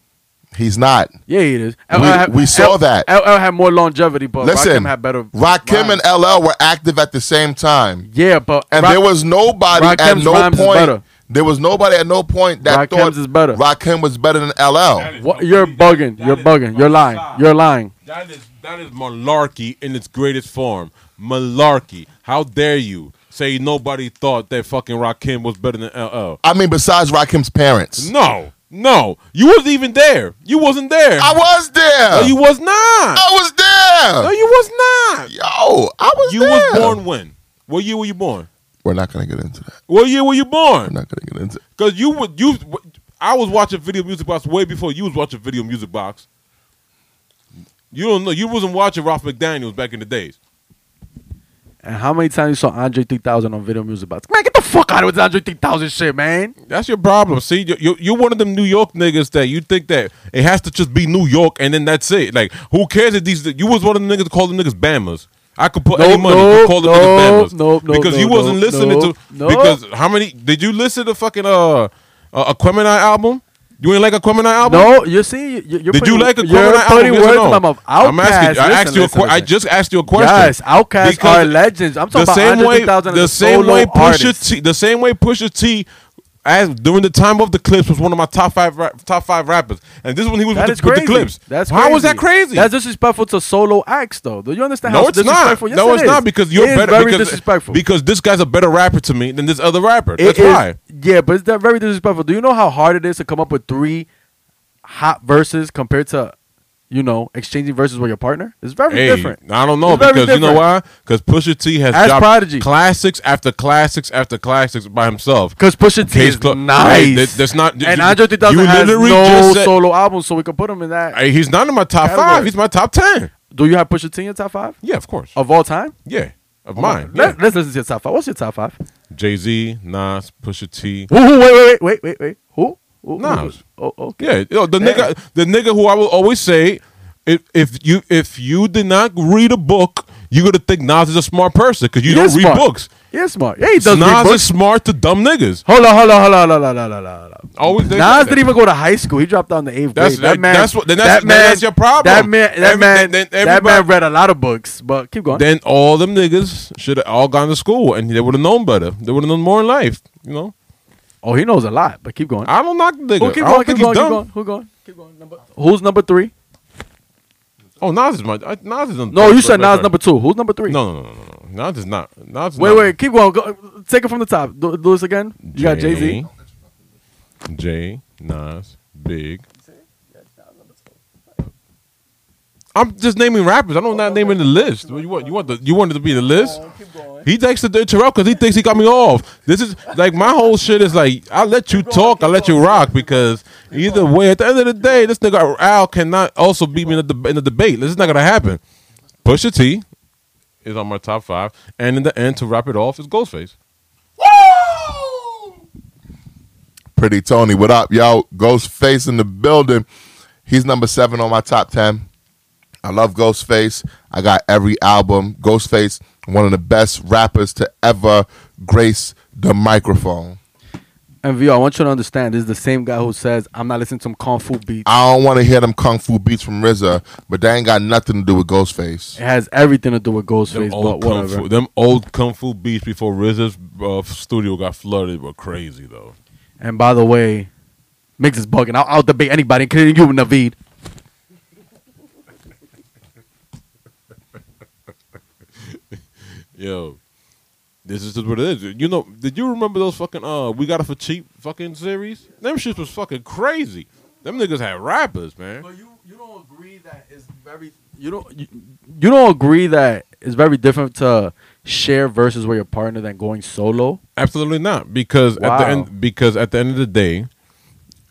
he's not.
Yeah, he is.
We- we saw that.
LL had more longevity, but
Listen,
Rakim had better.
Rakim
rhymes.
and LL were active at the same time,
yeah, but
and
Ra-
there was nobody at
Rakim's
no
rhymes is
point.
better.
There was nobody at no point that
Rakim's
thought
is better.
Rakim was better than LL.
What, you're bugging. You're bugging. You're lying. You're lying.
That is that is malarkey in its greatest form. Malarkey. How dare you say nobody thought that fucking Rakim was better than LL?
I mean, besides Rakim's parents,
No, no, you wasn't even there. You wasn't there.
I was there.
no, you was not.
I was there.
No, you was not.
Yo, I was
You
there.
was born when? What year were you born?
We're not gonna get into that.
What year were you
We're
born?
not gonna get into. it.
Because you would you. I was watching Video Music Box way before you was watching Video Music Box. You don't know. You wasn't watching Ralph McDaniels back in the days.
And how many times you saw Andre 3000 on Video Music Box? Man, get the fuck out of this Andre 3000 shit, man.
That's your problem. See, you, you, you're one of them New York niggas that you think that it has to just be New York and then that's it. Like, who cares if these? You was one of them niggas that called them niggas bammers. I could put any
Nope,
money to
nope,
call them
nope,
niggas bammers
nope, nope,
because you
nope,
wasn't
nope,
listening
nope,
to
nope.
because how many did you listen to fucking uh, uh Aquemini album? You ain't like Aquemini album?
No, you see, you- you're
Did you
putting-
like a
you're
Corona album?
putting
Yes or
words
no?
in my mouth.
I'm asking.
Outkast,
I asked
listen,
you a
listen,
question. I
listen.
just asked you a question.
Yes, Outkast
Because
are legends. I'm talking
the
about
same
Andre
way,
3000
the
is
same way
solo artist.
Pusha T, the same way Pusha T, as during the time of the clips, was one of my top five ra- top five rappers, and this is when he was
That
with
is
the, with the
crazy.
clips.
That's
how
crazy.
was that crazy?
That's disrespectful to solo acts, though. Do you understand?
no,
how
it's not.
disrespectful? Yes,
no,
it
it's
is.
not because you're
It is
better.
Very
because,
disrespectful.
because this guy's a better rapper to me than this other rapper.
It
That's
is-
why.
Yeah, but it's that very disrespectful. Do you know how hard it is to come up with three hot verses compared to, you know, exchanging verses with your partner? It's very
Hey,
different.
I don't know
It's very
because you know
different.
why? Because Pusha T has
Ask
dropped
Prodigy.
classics after classics after classics by himself.
Because Pusha T
Case
is
clo- Hey,
nice.
that- that's not-
And
you-
Andre 3000
you
has
literally
no
just said-
solo album, so we can put him in that.
Hey, he's not in my top
Category.
five. He's my top ten.
Do you have Pusha T in your top five
Yeah, of course.
of all time?
yeah, of mine.
Let, us listen to your top five. What's your top five?
Jay Z, Nas, Pusha T.
Who, who, wait, wait, wait, wait, wait, wait. Who? Who- who-
Nas.
Oh, okay.
Yeah, you know, the
Damn.
nigga, the nigga who I will always say, if if you if you did not read a book, you're gonna think Nas is a smart person because you
He
don't
is
read
smart.
books.
Yeah, smart. Yeah, he does
Nas
read
is
books.
smart to dumb niggas.
Hold on, hold on, hold on, hold on, hold on, hold on, hold on.
Always they
Nas
say
didn't
that.
even go to high school. He dropped out in the eighth
That's-
grade. That
that-
man.
that's what- then that's-
that
then
man,
that's your problem.
That man. That
Every-
man.
then- then
that man
everybody-
read a lot of books. But keep going.
Then all them niggas should have all gone to school and they would have known better. They would have known more in life. You know,
oh, he knows a lot. But keep going.
I don't knock the nigga.
Who
I don't
keep going? Keep
think he's
going. Keep
dumb.
going. Who going? Keep going. Number. Who's number three?
Oh, Nas is my I, Nas is on-
No, you said
right,
Nas
right.
number two. Who's number three?
No, no, no, no, no. Nas is not. Nas. Is
Wait,
not.
wait. Keep going. Go, take it from the top. Do, do this again. You got Jay Z.
Jay, Nas, Big. I'm just naming rappers. I don't not naming the list. What You want you want the you want it to be the list. He takes the interrupt because he thinks he got me off. This is like my whole shit is like I let you talk, I let you rock because either way, at the end of the day, this nigga Al cannot also beat me in the deb- in the debate. This is not gonna happen. Pusha T is on my top five, and in the end, to wrap it off, is Ghostface.
Pretty Tony, what up, yo? Ghostface in the building. He's number seven on my top ten. I love Ghostface. I got every album. Ghostface, one of the best rappers to ever grace the microphone.
And VO, I want you to understand. This is the same guy who says, "I'm not listening to some kung fu beats."
I don't want to hear them kung fu beats from RZA, but they ain't got nothing to do with Ghostface.
It has everything to do with Ghostface,
Them
but
old, kung
whatever.
fu, them old kung fu beats before RZA's uh, studio got flooded were crazy though.
And by the way, Mix is bugging. I'll, I'll debate anybody, including you, Naveed.
Yo, this is just what it is. You know, did you remember those fucking uh we got it for cheap fucking series? Them shits was fucking crazy. Them niggas had rappers, man.
But you you don't agree that it's very
You don't you, you don't agree that it's very different to share verses with your partner than going solo.
Absolutely not, because at
Wow.
the end, because at the end of the day,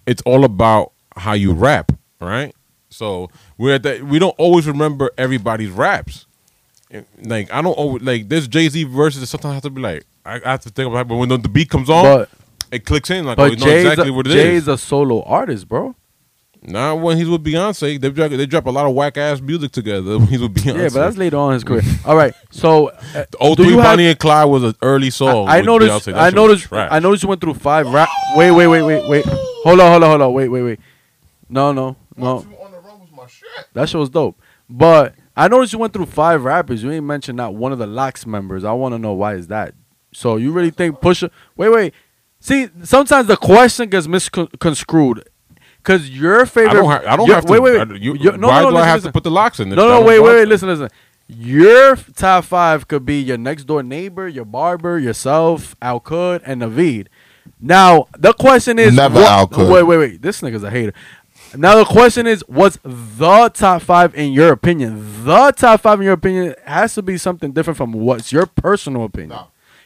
it's all about how you rap, right? So we're at that. We don't always remember everybody's raps. Like I don't always like this Jay Z verses. Sometimes I have to be like I, I have to think about, it, but when the, the beat comes on,
But
it clicks in. Like oh,
but
you Oh. know
Jay's,
exactly
a,
what it is.
Jay's a solo artist, bro.
Not when he's with Beyonce. They drop, they drop a lot of whack ass music together *laughs* when he's with Beyonce.
Yeah, but that's later on in his career. All right, so
*laughs*
uh,
Oh,
do
three
you have-
Bonnie and Clyde was an early song.
I, I
with
noticed.
Beyonce. That
I
shit was
noticed.
trash.
I noticed you went through five. Ra- wait, wait, wait, wait, wait. Hold on, hold on, hold on. Wait, wait, wait. No, no, no. That shit was dope. But I noticed you went through five rappers. You ain't mentioned not one of the Locks members. I want to know why is that. So you really think Pusha? Wait, wait. See, sometimes the question gets misconstrued because your favorite.
I don't, ha- I don't
your-
have to.
Wait, wait,
I,
wait.
you,
Your- no,
why
no, no,
do I
listen,
have
listen.
to put the locks in?
No, no, wait, wait, wait. Listen, listen. Your f- top five could be your next door neighbor, your barber, yourself, Al Kud, and Naveed. Now the question is,
Never
what-
Al Kud.
Wait, wait, wait. This nigga's a hater. Now the question is, what's the top five in your opinion? The top five in your opinion has to be something different from what's your personal opinion.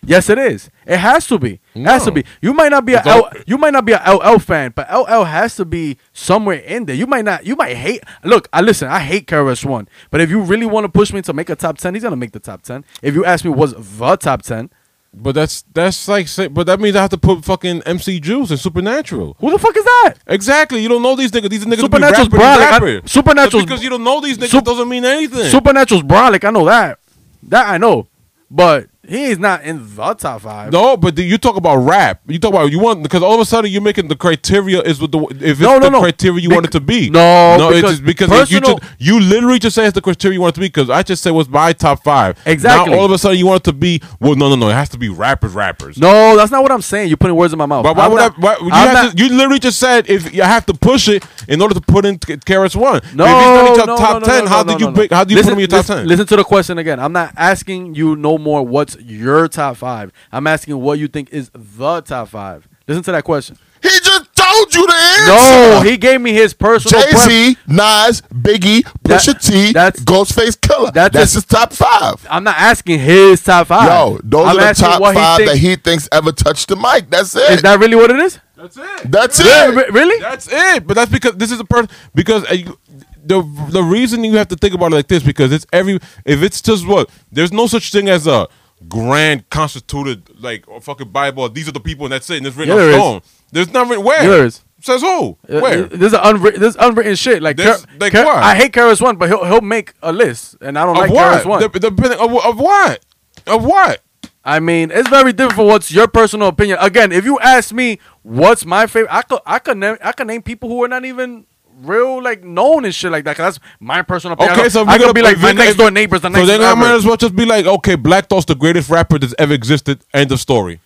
Yes, it is. It has to be. It has to
No.
be. You might not be a
It's all-
L, you might not be a LL fan, but LL has to be somewhere in there. You might not. You might hate. Look, I listen. I hate KRS One, but if you really want to push me to make a top ten, he's gonna make the top ten. If you ask me, what's the top ten?
But that's that's like, say, but that means I have to put fucking MC Juice and Supernatural.
Who the fuck is that?
Exactly. You don't know these niggas. These niggas be
Supernatural's
rapping,
broad, like, I-
rapping.
Supernatural's-
Just because you don't know these niggas
Sup-
doesn't mean anything.
Supernatural's Brolic. I know that. That I know, but he's not in the top five.
No, but the, you talk about rap. You talk about you want because all of a sudden you're making the criteria is what the if it's
No, no,
the
no.
criteria you
Bec-
want it to be.
No,
no,
because
it's just because you
personal-
just, you literally just say it's the criteria you want it to be because I just said what's my top five.
Exactly.
Now all of a sudden you want it to be well, no, no, no. It has to be rappers, rappers.
No, that's not what I'm saying. You're putting words in my mouth.
But why
I'm
would
not-
I? Why, you,
I'm
have
not-
to, you literally just said if you have to push it in order to put in Carrots one.
No,
if he's not in your
no,
top
no, no,
ten,
no,
how
no,
do
no,
you
no.
pick? How do you
listen,
put him in your top
listen-
ten?
Listen to the question again. I'm not asking you no more. What's your top five? I'm asking what you think is the top five. Listen to that question.
He just told you the answer.
*laughs*
No, he gave me his personal.
Jay
pref-
Z, Nas, Biggie,
That-
Pusha T,
that's-
Ghostface Killer.
that's
That's,
a-
his top five.
I'm not asking his top five.
Yo, those
I'm
are the
asking
top
what he
five
thinks-
that he thinks ever touched the mic. That's
Is
it.
that really what it is?
That's it.
that's it.
Re- re- Really?
That's it. But that's because this is a person because uh, you- the the reason you have to think about it like this because it's every if it's just what there's no such thing as a grand constituted like or fucking Bible. These are the people and that's it. And it's written
Yeah,
on
there is.
stone. There's not written where.
Yeah, there is.
Says who?
Uh,
Where?
This is unwritten, this is unwritten shit. Like,
This-
Kar-
like
Kar-
what?
I hate Karis One, but he'll he'll make a list, and I don't
of
like Karis One.
what? The, the, of, of what? Of what?
I mean, it's very different for what's your personal opinion. Again, if you ask me what's my favorite, I could I could name I could name people who are not even real like known and shit like that. 'cause that's my personal opinion. I
Okay,
could-
so if
I
you're
could
gonna-
be like
if
my
you're-
next door neighbors. The
So
next
then I might as well just be like, okay, Black Thought's the greatest rapper that's ever existed. End of story.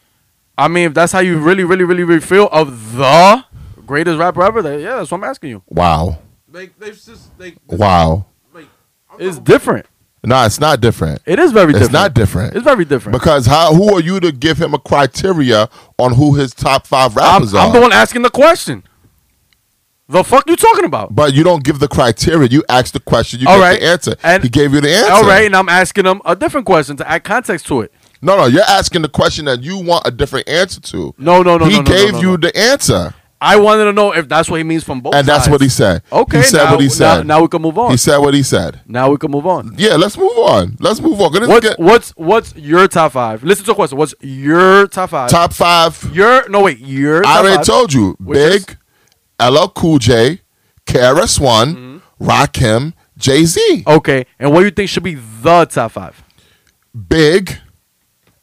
I mean, if that's how you really, really, really, really feel of the greatest rapper ever, then yeah, that's what I'm asking you.
Wow.
Like they've just like this-
Wow.
Like I'm
It's
talking-
different.
No, it's not different.
It is very
It's
different.
not different.
It's very different.
Because how who are you to give him a criteria on who his top five
I'm,
rappers
I'm
are?
the one asking the question. The fuck you talking about?
but you don't give the criteria. You ask the question. You
All
get
right,
the answer.
and-
he gave you the answer.
All right, and I'm asking them a different question to add context to it.
No, no. You're asking the question that you want a different answer to.
No, no, no.
he
no, no,
gave
no, no,
you
no.
the answer,
I wanted to know if that's what he means from both.
and that's
sides.
what he said.
Okay.
He said
now,
what he said.
Now, now we can move on.
he said what he said.
now we can move on.
Yeah, let's move on. Let's move on. Let's
What's
get-
what's what's your top five? Listen to a question. What's your top five?
top five.
Your no wait. Your
I
top
already
five.
told you.
Which
Big, LL Cool J, KRS One,
Mm-hmm.
Rakim, Jay Z.
Okay, and what do you think should be the top five?
Big,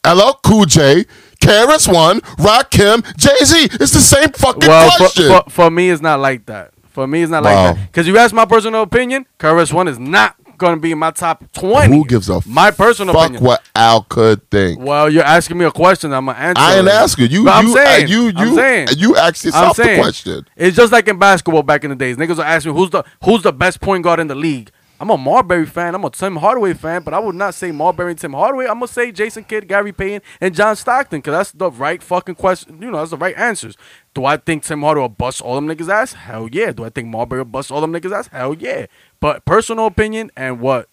LL Cool J, KRS One, Rakim, Jay Z. It's the same fucking
well, for,
question.
for, for me, it's not like that. For me, it's not
Wow.
like that. Because you ask my personal opinion, Curvis One is not gonna be in my top twenty.
Who gives a
my personal
Fuck
opinion?
what Al could think.
Well, you're asking me a question. I'm gonna answer.
I ain't
it.
asking you.
But I'm
you,
saying,
uh, you, you,
I'm saying,
you asked
I'm
yourself the
saying.
question.
It's just like in basketball back in the days. Niggas will ask me who's the who's the best point guard in the league. I'm a Marbury fan. I'm a Tim Hardaway fan, but I would not say Marbury and Tim Hardaway. I'm gonna say Jason Kidd, Gary Payton, and John Stockton because that's the right fucking question. You know, that's the right answers. Do I think Tim Hardaway will bust all them niggas ass? Hell yeah. Do I think Marbury will bust all them niggas ass? Hell yeah. But personal opinion and what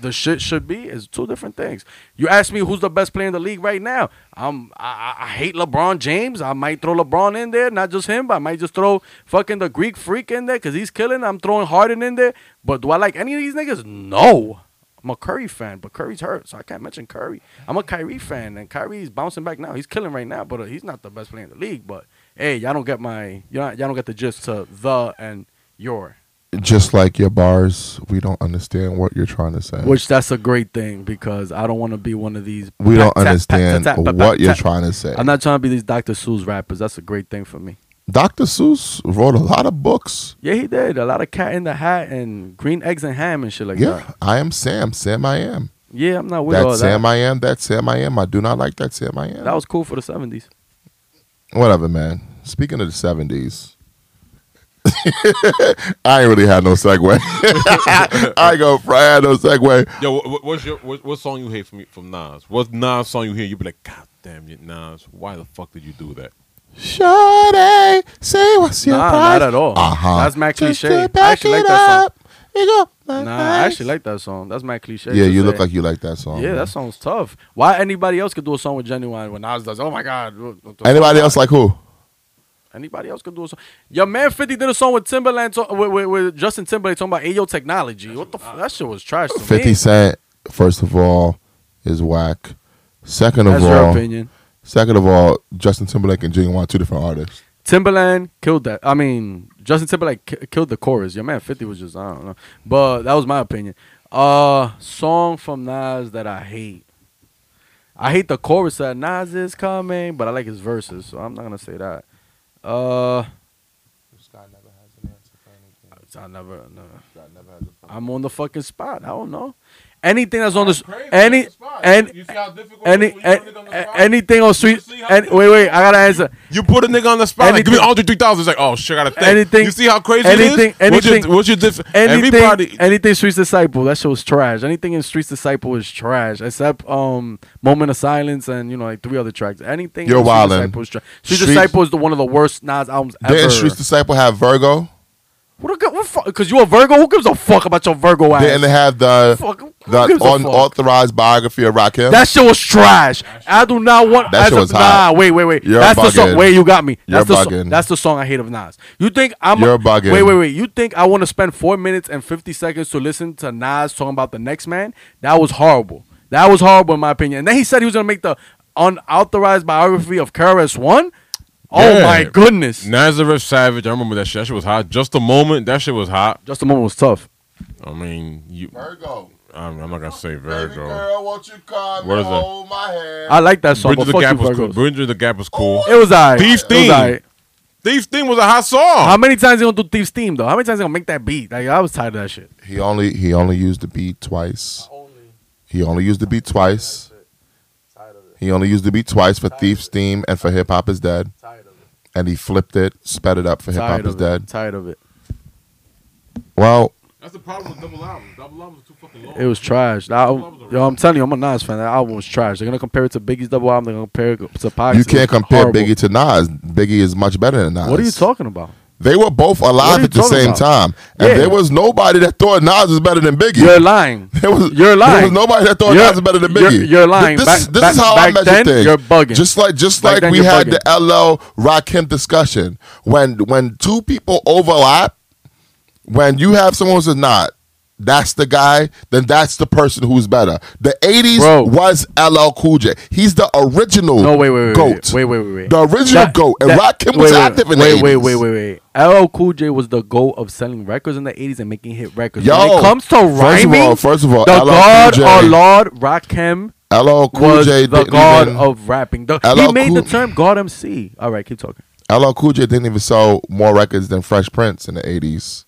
the shit should be is two different things. You ask me who's the best player in the league right now. I'm I, I I hate LeBron James. I might throw LeBron in there, not just him, but I might just throw fucking the Greek freak in there because he's killing. I'm throwing Harden in there, but do I like any of these niggas? No. I'm a Curry fan, but Curry's hurt, so I can't mention Curry. I'm a Kyrie fan, and Kyrie's bouncing back now. He's killing right now, but uh, he's not the best player in the league. But hey, y'all don't get my y'all, y'all don't get the gist to the and your.
Just like your bars, we don't understand what you're trying to say.
Which that's a great thing because I don't want to be one of these.
we don't
pat, tap,
understand
pat, tap, pat,
what
pat,
you're
tap.
trying to say.
I'm not trying to be these Dr. Seuss rappers. That's a great thing for me.
Dr. Seuss wrote a lot of books.
Yeah, he did a lot of Cat in the Hat and Green Eggs and Ham and shit like
yeah,
that.
I am Sam. Sam I am.
Yeah, I'm not with
That
all
Sam
that.
I am. That Sam I am. I do not like that Sam I am.
That was cool for the 70s.
Whatever, man. Speaking of the seventies, *laughs* I ain't really had no segue. *laughs* I go, I had no segue.
Yo, what, what- what's your what, what song you hate from from Nas? What Nas song you hear? You be like, God damn it, Nas! Why the fuck did you do that?
Shorty, say what's your
Nah,
price?
not at all.
Uh-huh.
That's my
Just to
cliche. I
back
actually like
it
that song.
up, you go like
Nah, I actually
this.
like that song. That's my cliche.
Yeah,
to
you
say.
look like you like that song.
Yeah,
Oh, man.
that sounds tough. Why anybody else could do a song with Genuine when Nas does? Oh my God. what the
Anybody
fuck?
else like who?
Anybody else could do a song. Your man Fifty did a song with Timberland to- with, with, with Justin Timberlake talking about Ayo technology. what the f- that shit was trash. To
Fifty
me.
Cent, first of all, is whack. Second of
That's your
all,
opinion.
second of all, Justin Timberlake and Genuine, two different artists.
Timberland killed that. I mean, Justin Timberlake ki- killed the chorus. Your man Fifty was just I don't know, but that was my opinion. Uh, song from Nas that I hate. I hate the chorus that Nas is coming, but I like his verses, so I'm not gonna say that. Uh, I never, never. I'm on the fucking spot. I don't know. Anything that's on the s- any any any a- anything on street.
see how
Any, wait, wait. I gotta answer.
You put a nigga on the spot. like, give me
Anything-
Andre three thousand. It's like, oh shit, I gotta think.
Anything-
You see how crazy
anything-
it is? What's your-
anything-
What's your, diff-
anything,
Everybody.
anything Streets Disciple, that show's trash. Anything in Streets Disciple is trash, except um Moment of Silence and you know like three other tracks. Anything
You're
in Streets
wildin'.
Disciple is trash. Streets
Streets-
Disciple is the one of the worst Nas albums ever.
Didn't Streets Disciple have Virgo?
what a good, what fuck? Because you a Virgo, who gives a fuck about your Virgo ass?
Didn't they have the
Fuck, who
the
gives a fuck?
unauthorized biography of Rakim?
that shit was trash. I do not want.
That
as
shit
a-
was hot.
Nah, wait, wait, wait.
You're
that's the
bugging.
song. Wait, you got me. That's
You're
the song.
bugging.
That's the song I hate of Nas. You think I'm?
You're bugging.
Wait, wait, wait. You think I want to spend four minutes and fifty seconds to listen to Nas talking about the next man? That was horrible. That was horrible in my opinion. And then he said he was gonna make the unauthorized biography of KRS One. Oh
Yeah.
my goodness!
Nazareth Savage. I remember that shit. That shit was hot. Just a moment. That shit was hot.
Just a moment was tough.
I mean, you.
Virgo.
I'm, I'm not gonna say Virgo.
girl, won't you come
What is and it?
my hand?
I like that song.
Bridge of
But
the
fuck
Gap
you,
was cool.
Virgos.
Bridge of the Gap was cool.
It was alright.
Thief's
It was
theme.
alright.
Thieves theme was a hot
How
song.
many times they gonna do Thieves theme though? How many times they gonna make that beat? Like I was tired of that shit.
he only he only used the beat twice.
Only
He only used the beat twice.
tired of it.
He only used the beat twice for Thief's Theme and for Hip Hop Is Dead.
Tired of it.
And he flipped it, sped it up for Hip
Tired
Hop Is
of it.
Dead.
Tired of it.
Well,
That's the problem with double albums. Double albums are too fucking long.
It was trash. That al- yo, I'm telling you, I'm a Nas fan. That album was trash. They're gonna compare it to Biggie's double album. They're gonna compare it to Pac.
you can't compare
Horrible.
Biggie to Nas. Biggie is much better than Nas.
What are you talking about?
They were both
What are
alive
you
at the
talking
same
about?
time, and
Yeah.
there was nobody that thought Nas was better than Biggie.
You're lying.
There was,
You're lying.
There was nobody that thought
You're-
Nas was better than
you're-
Biggie.
you're lying.
This,
Back-
is- this
back-
is how I
back
measure
then,
things.
you're bugging.
Just like just
Back
like
then,
we
you're
had
bugging.
the LL Rakim discussion. When when two people overlap, when you have someone who says not. That's the guy. Then that's the person who's better. The '80s
Bro.
was LL Cool J. He's the original.
No, wait, wait, wait,
goat.
wait, wait, wait, wait.
The original
That-
goat. And
that-
Rakim was
wait,
active
wait,
in the
wait, Wait,
80s.
wait, wait, wait. LL Cool J was the goal of selling records in the 80s and making hit records. when
Yo,
it comes to
first of all-
rhyming,
first of all,
the
LL Cool
God
J-
or Lord Rakim
LL Cool
was
J
the
didn't
God
even,
of rapping. The-
LL
he made
Cool-
the term God MC. All right, keep talking.
LL Cool J didn't even sell more records than Fresh Prince in the '80s.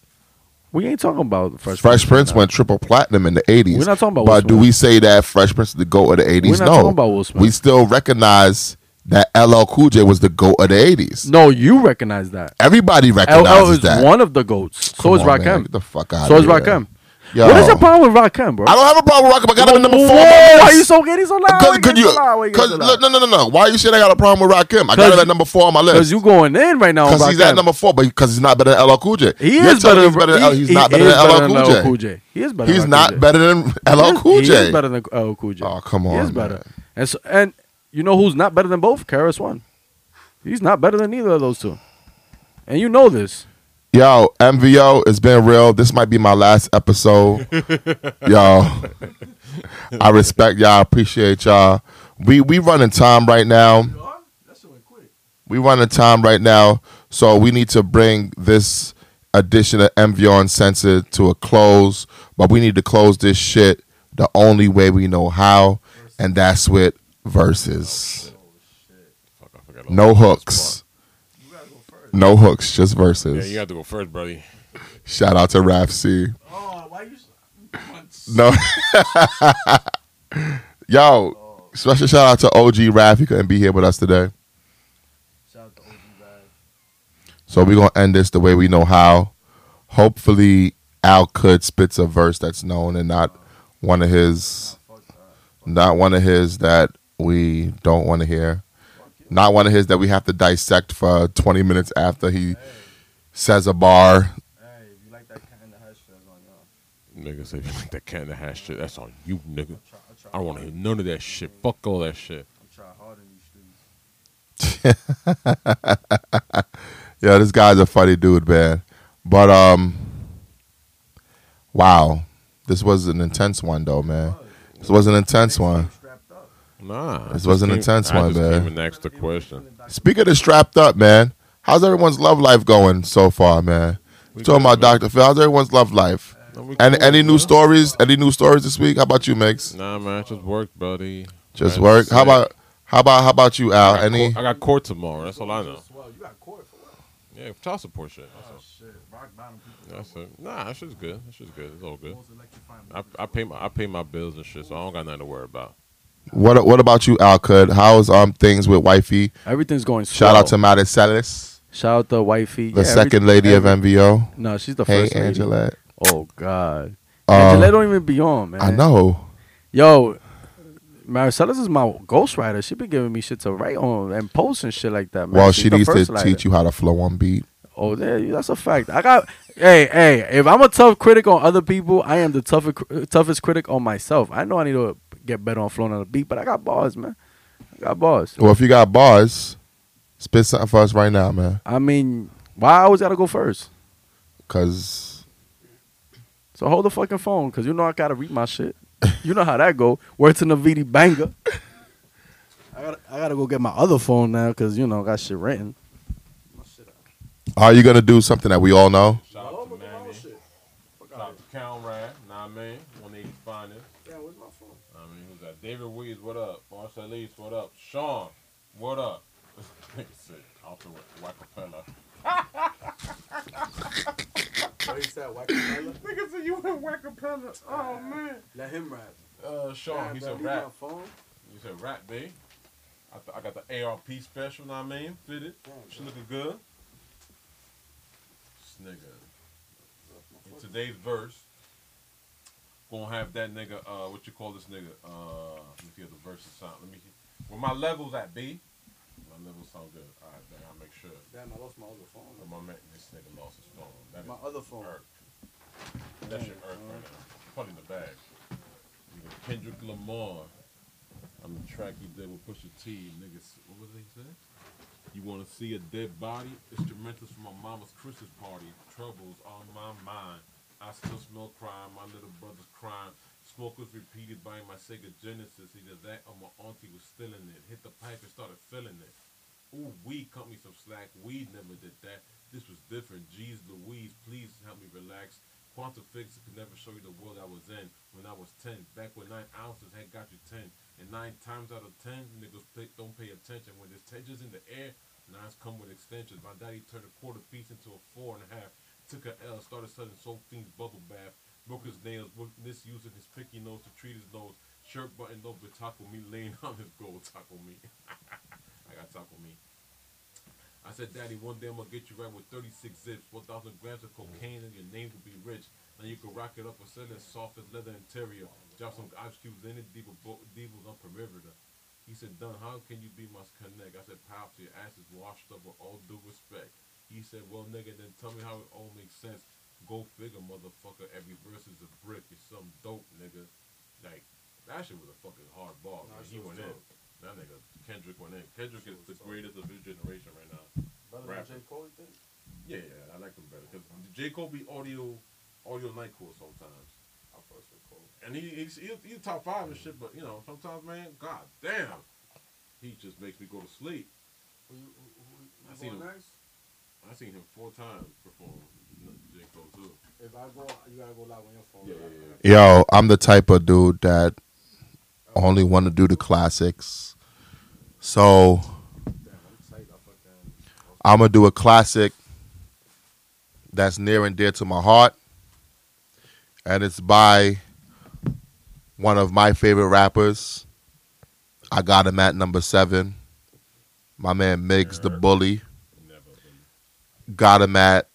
We ain't talking about Fresh,
Fresh Prince
now.
went triple platinum in the '80s.
We're not talking about Will
But do
Smith.
we say that Fresh Prince is the goat of the '80s?
We're not
no.
talking about Will Smith.
We still recognize that LL Cool J was the goat of the '80s.
No, you recognize that.
Everybody recognizes
LL is
that.
one of the goats.
Come
So is
on, man,
Rakim.
Get the fuck out
So
of
is
here.
Rakim.
Yo.
What is the problem with Rakim, bro?
I don't have a problem with Rakim. I got him in number
Whoa,
four.
Why are you so getting so loud?
Cause, could
Getting
you?
so loud, why you
Cause,
getting so loud?
look, no, no, no, no. Why you saying I got a problem with Rakim? I got
Cause-
him at number four on my list.
Because you going in right now. on
Because he's
Rakim.
at number four, but because he's not better than LL Cool J.
He
You're
is
telling
better.
me
Than,
He's better than
he-
L- he's
he
not better
is
than LL Cool J.
Cool J. He is better.
He's
than
not
Cool J.
better than
He
LL
is-
Cool
He is
J.
better than LL Cool J.
Oh, come
He
on,
is better.
man.
And so, and you know who's not better than both? Karis One. He's not better than either of those two. And you know this.
Yo, MVO, it's been real. This might be my last
*laughs*
episode. Yo, I respect y'all. I appreciate y'all. We we running time right now.
You are? That shit went quick.
We running time right now, so we need to bring this edition of MVO Uncensored to a close. But we need to close this shit the only way we know how, and that's with verses.
Oh, Fuck, I forgot all
No
that.
hooks.
You gotta go first.
No hooks, just
Yeah,
verses.
you got to go first, buddy.
Shout out to Rap C.
Oh, why you? s-
No. *laughs* Yo, special shout out to OG Raph. He couldn't be here with us today.
Shout out to OG Bad.
So we're going to end this the way we know how. Hopefully, Al Could spits a verse that's known and not one of his,
Fuck that.
not one of his that we don't want to hear. Not one of his that we have to dissect for 20 minutes after he says a bar.
Hey, if you like that kind of hush, that's on y'all.
Nigga, say you like that can of hash shit. That's on you, nigga.
I try, I try,
I don't want to hear none of that shit. Fuck all that shit.
I try hard in these streets.
Yeah, this guy's a funny dude, man. But, um, wow. This was an intense one, though, man. This was an intense one.
Strapped up.
Nah. I
This was an
just came-
intense
I
one,
just
man.
came and asked the question.
Speaking of strapped up, man, how's everyone's love life going so far, man?
We
Talking
good,
about Dr. Phil, how's everyone's love life?
No, we
And
cool,
any new
man.
stories? Any new stories this week? How about you, Mix?
Nah, man, I just worked, buddy.
Just
Right,
work. How
sick.
about how about how about you, Al?
I got
Any?
court- I got court tomorrow. That's all I know.
Well, you got court for what?
Yeah, child support shit. That's
Oh,
all.
shit. Rock bottom people.
That's it. Nah, that shit's good. That shit's good. It's all good.
Most electrifying.
I, I pay my I pay my bills and shit, so I don't got nothing to worry about.
What what about you, Al? Could how's um things with wifey?
Everything's going.
Shout out to
swell.
Maddie Salis,
shout out to Wifey.
the
Yeah, every-
second lady of
every-
MVO.
No, she's the
Hey,
first. lady.
Angela.
Oh God.
Uh,
Angela don't even be on, man.
I know.
Yo, Marcellus is my ghostwriter. She be giving me shit to write on and post and shit like that, man.
Well,
She's
she
the
needs to
first writer.
teach you how to flow on beat.
Oh, there, you- that's a fact. I got. hey, hey. If I'm a tough critic on other people, I am the toughest toughest critic on myself. I know I need to get better on flowing on the beat, but I got bars, man. I got bars.
Well, if you got bars, spit something for us right now, man.
I mean, why I always gotta go first?
Cause
So hold the fucking phone, cause you know I gotta read my shit. You know how that go. Word to Navidi Banger. *laughs* I gotta, I gotta go get my other phone now, cause you know I got shit written.
My shit out.
Are you gonna do something that we all know?
Shout out to
Look at my own
Manny.
shit.
Shout out to Conrad. Nah, man, one eighty finest. Ortiz, what up? Marcelis, what up? Sean, what up? *laughs* Nigga said, Alto Wackapella.
So he said, Wackapella?
Nigga said, you went Wackapella. Oh, man.
Let him rap.
Uh, Sean,
Rap,
he
bro.
said
Leave my
rap.
phone.
He said rap, babe. I, th- I got the ARP special, know what I mean? Fitted.
Damn,
She
bro.
looking good. This nigga. In today's verse, gonna have that nigga, uh, what you call this nigga? Uh, let me see if the verse is sound. Let me see. Where my levels at, B? My levels sound good. All right, then I'll make sure.
Damn, I lost my other
But
phone.
my man, this nigga lost his phone. That
My
is
other phone.
irk. That shit irk right now. Probably in the bag. Nigga Kendrick Lamar. I'm the track he did with Pusha T. Niggas, what was they say? You want to see a dead body? Instrumentals from my mama's Christmas party. Troubles on my mind. I still smell crime. My little brother's crime. Smoke was repeated by my Sega Genesis. Either that or my auntie was stealing it. Hit the pipe and started filling it. Ooh, weed cut me some slack. Weed never did that. This was different. Jeez Louise, please help me relax. Quantum Fix could never show you the world I was in when I was 10. Back when 9 ounces had got you 10. And 9 times out of 10, niggas pay, don't pay attention. When there's tensions in the air, nines come with extensions. My daddy turned a quarter piece into a four and a half. Took a L, started selling Soul Fiend's bubble bath. Broke his nails, was misusing his picky nose to treat his nose. Shirt buttoned over, taco me laying *laughs* on his gold taco me. *laughs* I got taco meat. I said, Daddy, one day I'm gonna get you right with 36 zips, 1,000 grams of cocaine, and your name will be rich. Now you can rock it up and sell it soft as leather interior. Drop some ice cubes in it, devil, bo- devils on perimeter. He said, Dunn, how can you be my connect? I said, Pops, your ass is washed up with all due respect. He said, Well, nigga, then tell me how it all makes sense. Go figure, motherfucker. Every verse is a brick. It's some dope, nigga. Like, that shit was a fucking hard ball.
Nah,
man.
that
He
shit
went
was
in.
dope.
That nigga Kendrick went in. Kendrick is the greatest of his generation right now.
Better
Rap.
than J. Cole, you think?
Yeah, yeah, I like him better because J Cole be audio, audio night cool sometimes,
I fucks with Cole.
and he he's, he's, he's top five and shit. But you know, sometimes man, god damn, he just makes me go to sleep.
Who you, who, who, who
I
you
seen
going
him.
next?
I seen him four times perform J Cole too.
If I go, you gotta go live on your phone.
Yeah, yeah, yeah.
Yo, I'm the type of dude that only want to do the classics. So
Damn, I'm tight. I fucking.
I'm gonna do a classic that's near and dear to my heart, and it's by one of my favorite rappers. I got him at number seven. My man Miggs the Bully
Never. Been.
got him at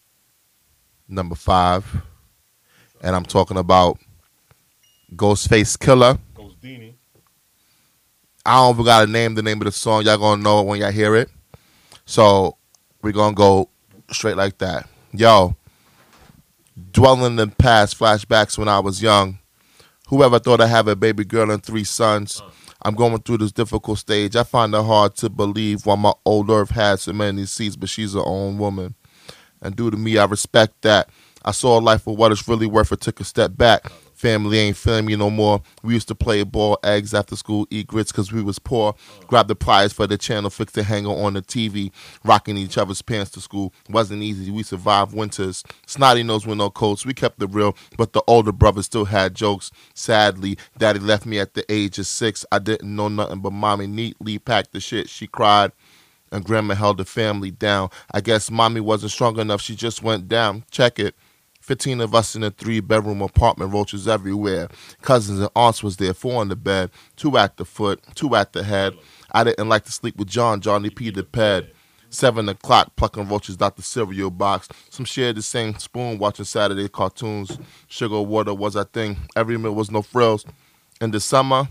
number five, and I'm talking about Ghostface Killer.
Goes Dini.
I don't even gotta name the name of the song. Y'all gonna know it when y'all hear it. So we're gonna go straight like that. Yo, dwelling in past flashbacks when I was young. Whoever thought I have a baby girl and three sons. I'm going through this difficult stage. I find it hard to believe why my old earth had so many seats, but she's her own woman. And due to me, I respect that. I saw life for what it's really worth. I took a step back. Family ain't feeling me no more. We used to play ball, eggs after school, eat grits because we was poor. Grab the pliers for the channel, fix the hanger on the TV. Rocking each other's pants to school wasn't easy. We survived winters. Snotty nose with no coats. We kept it real, but the older brother still had jokes. Sadly, daddy left me at the age of six. I didn't know nothing, but mommy neatly packed the shit. She cried and grandma held the family down. I guess mommy wasn't strong enough, she just went down. Check it. 15 of us in a three bedroom apartment, roaches everywhere. Cousins and aunts was there, four on the bed, two at the foot, two at the head. I didn't like to sleep with John, Johnny Peter Ped. Seven o'clock, plucking roaches out the cereal box. Some shared the same spoon, watching Saturday cartoons. Sugar water was our thing. Every meal was no frills. In the summer,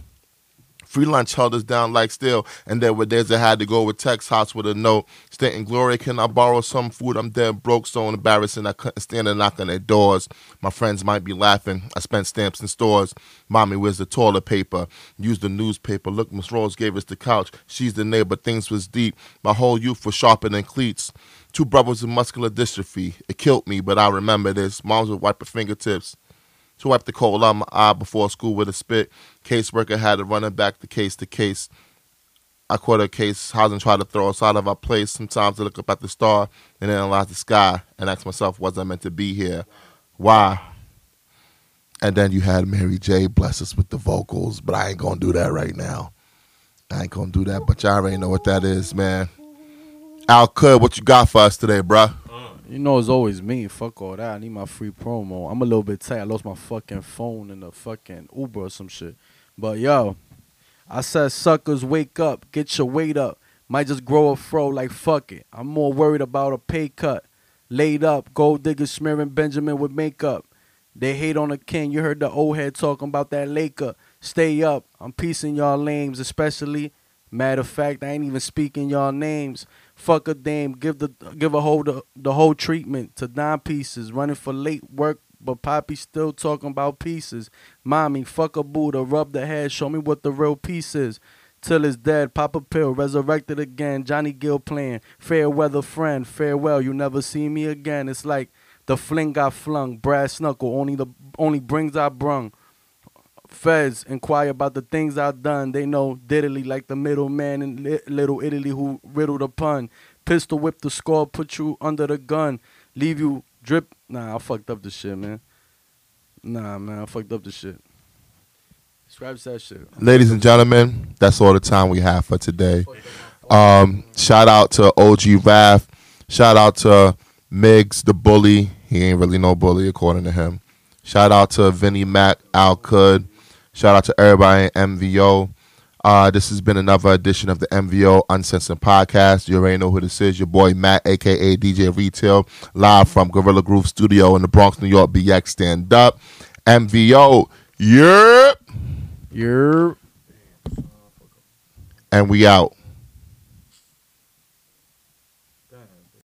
Free lunch held us down like still, and there were days I had to go with text hots with a note. Stanton Glory, can I borrow some food? I'm dead broke, so embarrassing. I couldn't stand to knock on their doors. My friends might be laughing. I spent stamps in stores. Mommy, where's the toilet paper? Used the newspaper. Look, Miss Rose gave us the couch. She's the neighbor. Things was deep. My whole youth was sharper than cleats. Two brothers with muscular dystrophy. It killed me, but I remember this. Moms would wipe her fingertips. She wiped the coal out my eye before school with a spit. Caseworker had to run it back the case to case. I caught a case, housing tried to throw us out of our place. Sometimes I look up at the star and analyze the sky and ask myself, was I meant to be here? Why? And then you had Mary J. bless us with the vocals, but I ain't gonna do that right now. I ain't gonna do that, but y'all already know what that is, man. Al Kud, what you got for us today, bruh?
You know it's always me. Fuck all that. I need my free promo. I'm a little bit tight. I lost my fucking phone in the fucking Uber or some shit. But yo, I said suckers, wake up, get your weight up. Might just grow a fro like fuck it. I'm more worried about a pay cut. Laid up, gold diggers smearing Benjamin with makeup. They hate on the king. You heard the old head talking about that Laker. Stay up. I'm piecing y'all lames, especially. Matter of fact, I ain't even speaking y'all names. Fuck a dame. Give the give a whole the, the whole treatment to nine pieces. Running for late work, but Poppy still talking about pieces. Mommy, fuck a Buddha. Rub the head. Show me what the real piece is. Till it's dead. Pop a pill. Resurrected again. Johnny Gill playing. Fair weather friend. Farewell. You never see me again. It's like the fling got flung. Brass knuckle. Only the only brings I brung. Feds inquire about the things I've done. They know diddly like the middleman in Li- Little Italy who riddled a pun. Pistol whip the skull, put you under the gun, leave you drip. Nah, I fucked up the shit, man. Nah, man, I fucked up the shit. Scraps that shit.
Ladies and gentlemen, that's all the time we have for today. Um, shout out to OG Raph. Shout out to Miggs the bully. He ain't really no bully according to him. Shout out to Vinnie Mac Al Kud. Shout out to everybody in MVO. Uh, this has been another edition of the MVO Uncensored Podcast. You already know who this is. Your boy Matt, aka DJ Retail, live from Gorilla Groove Studio in the Bronx, New York. BX stand up. MVO, yep.
You're.
And we out.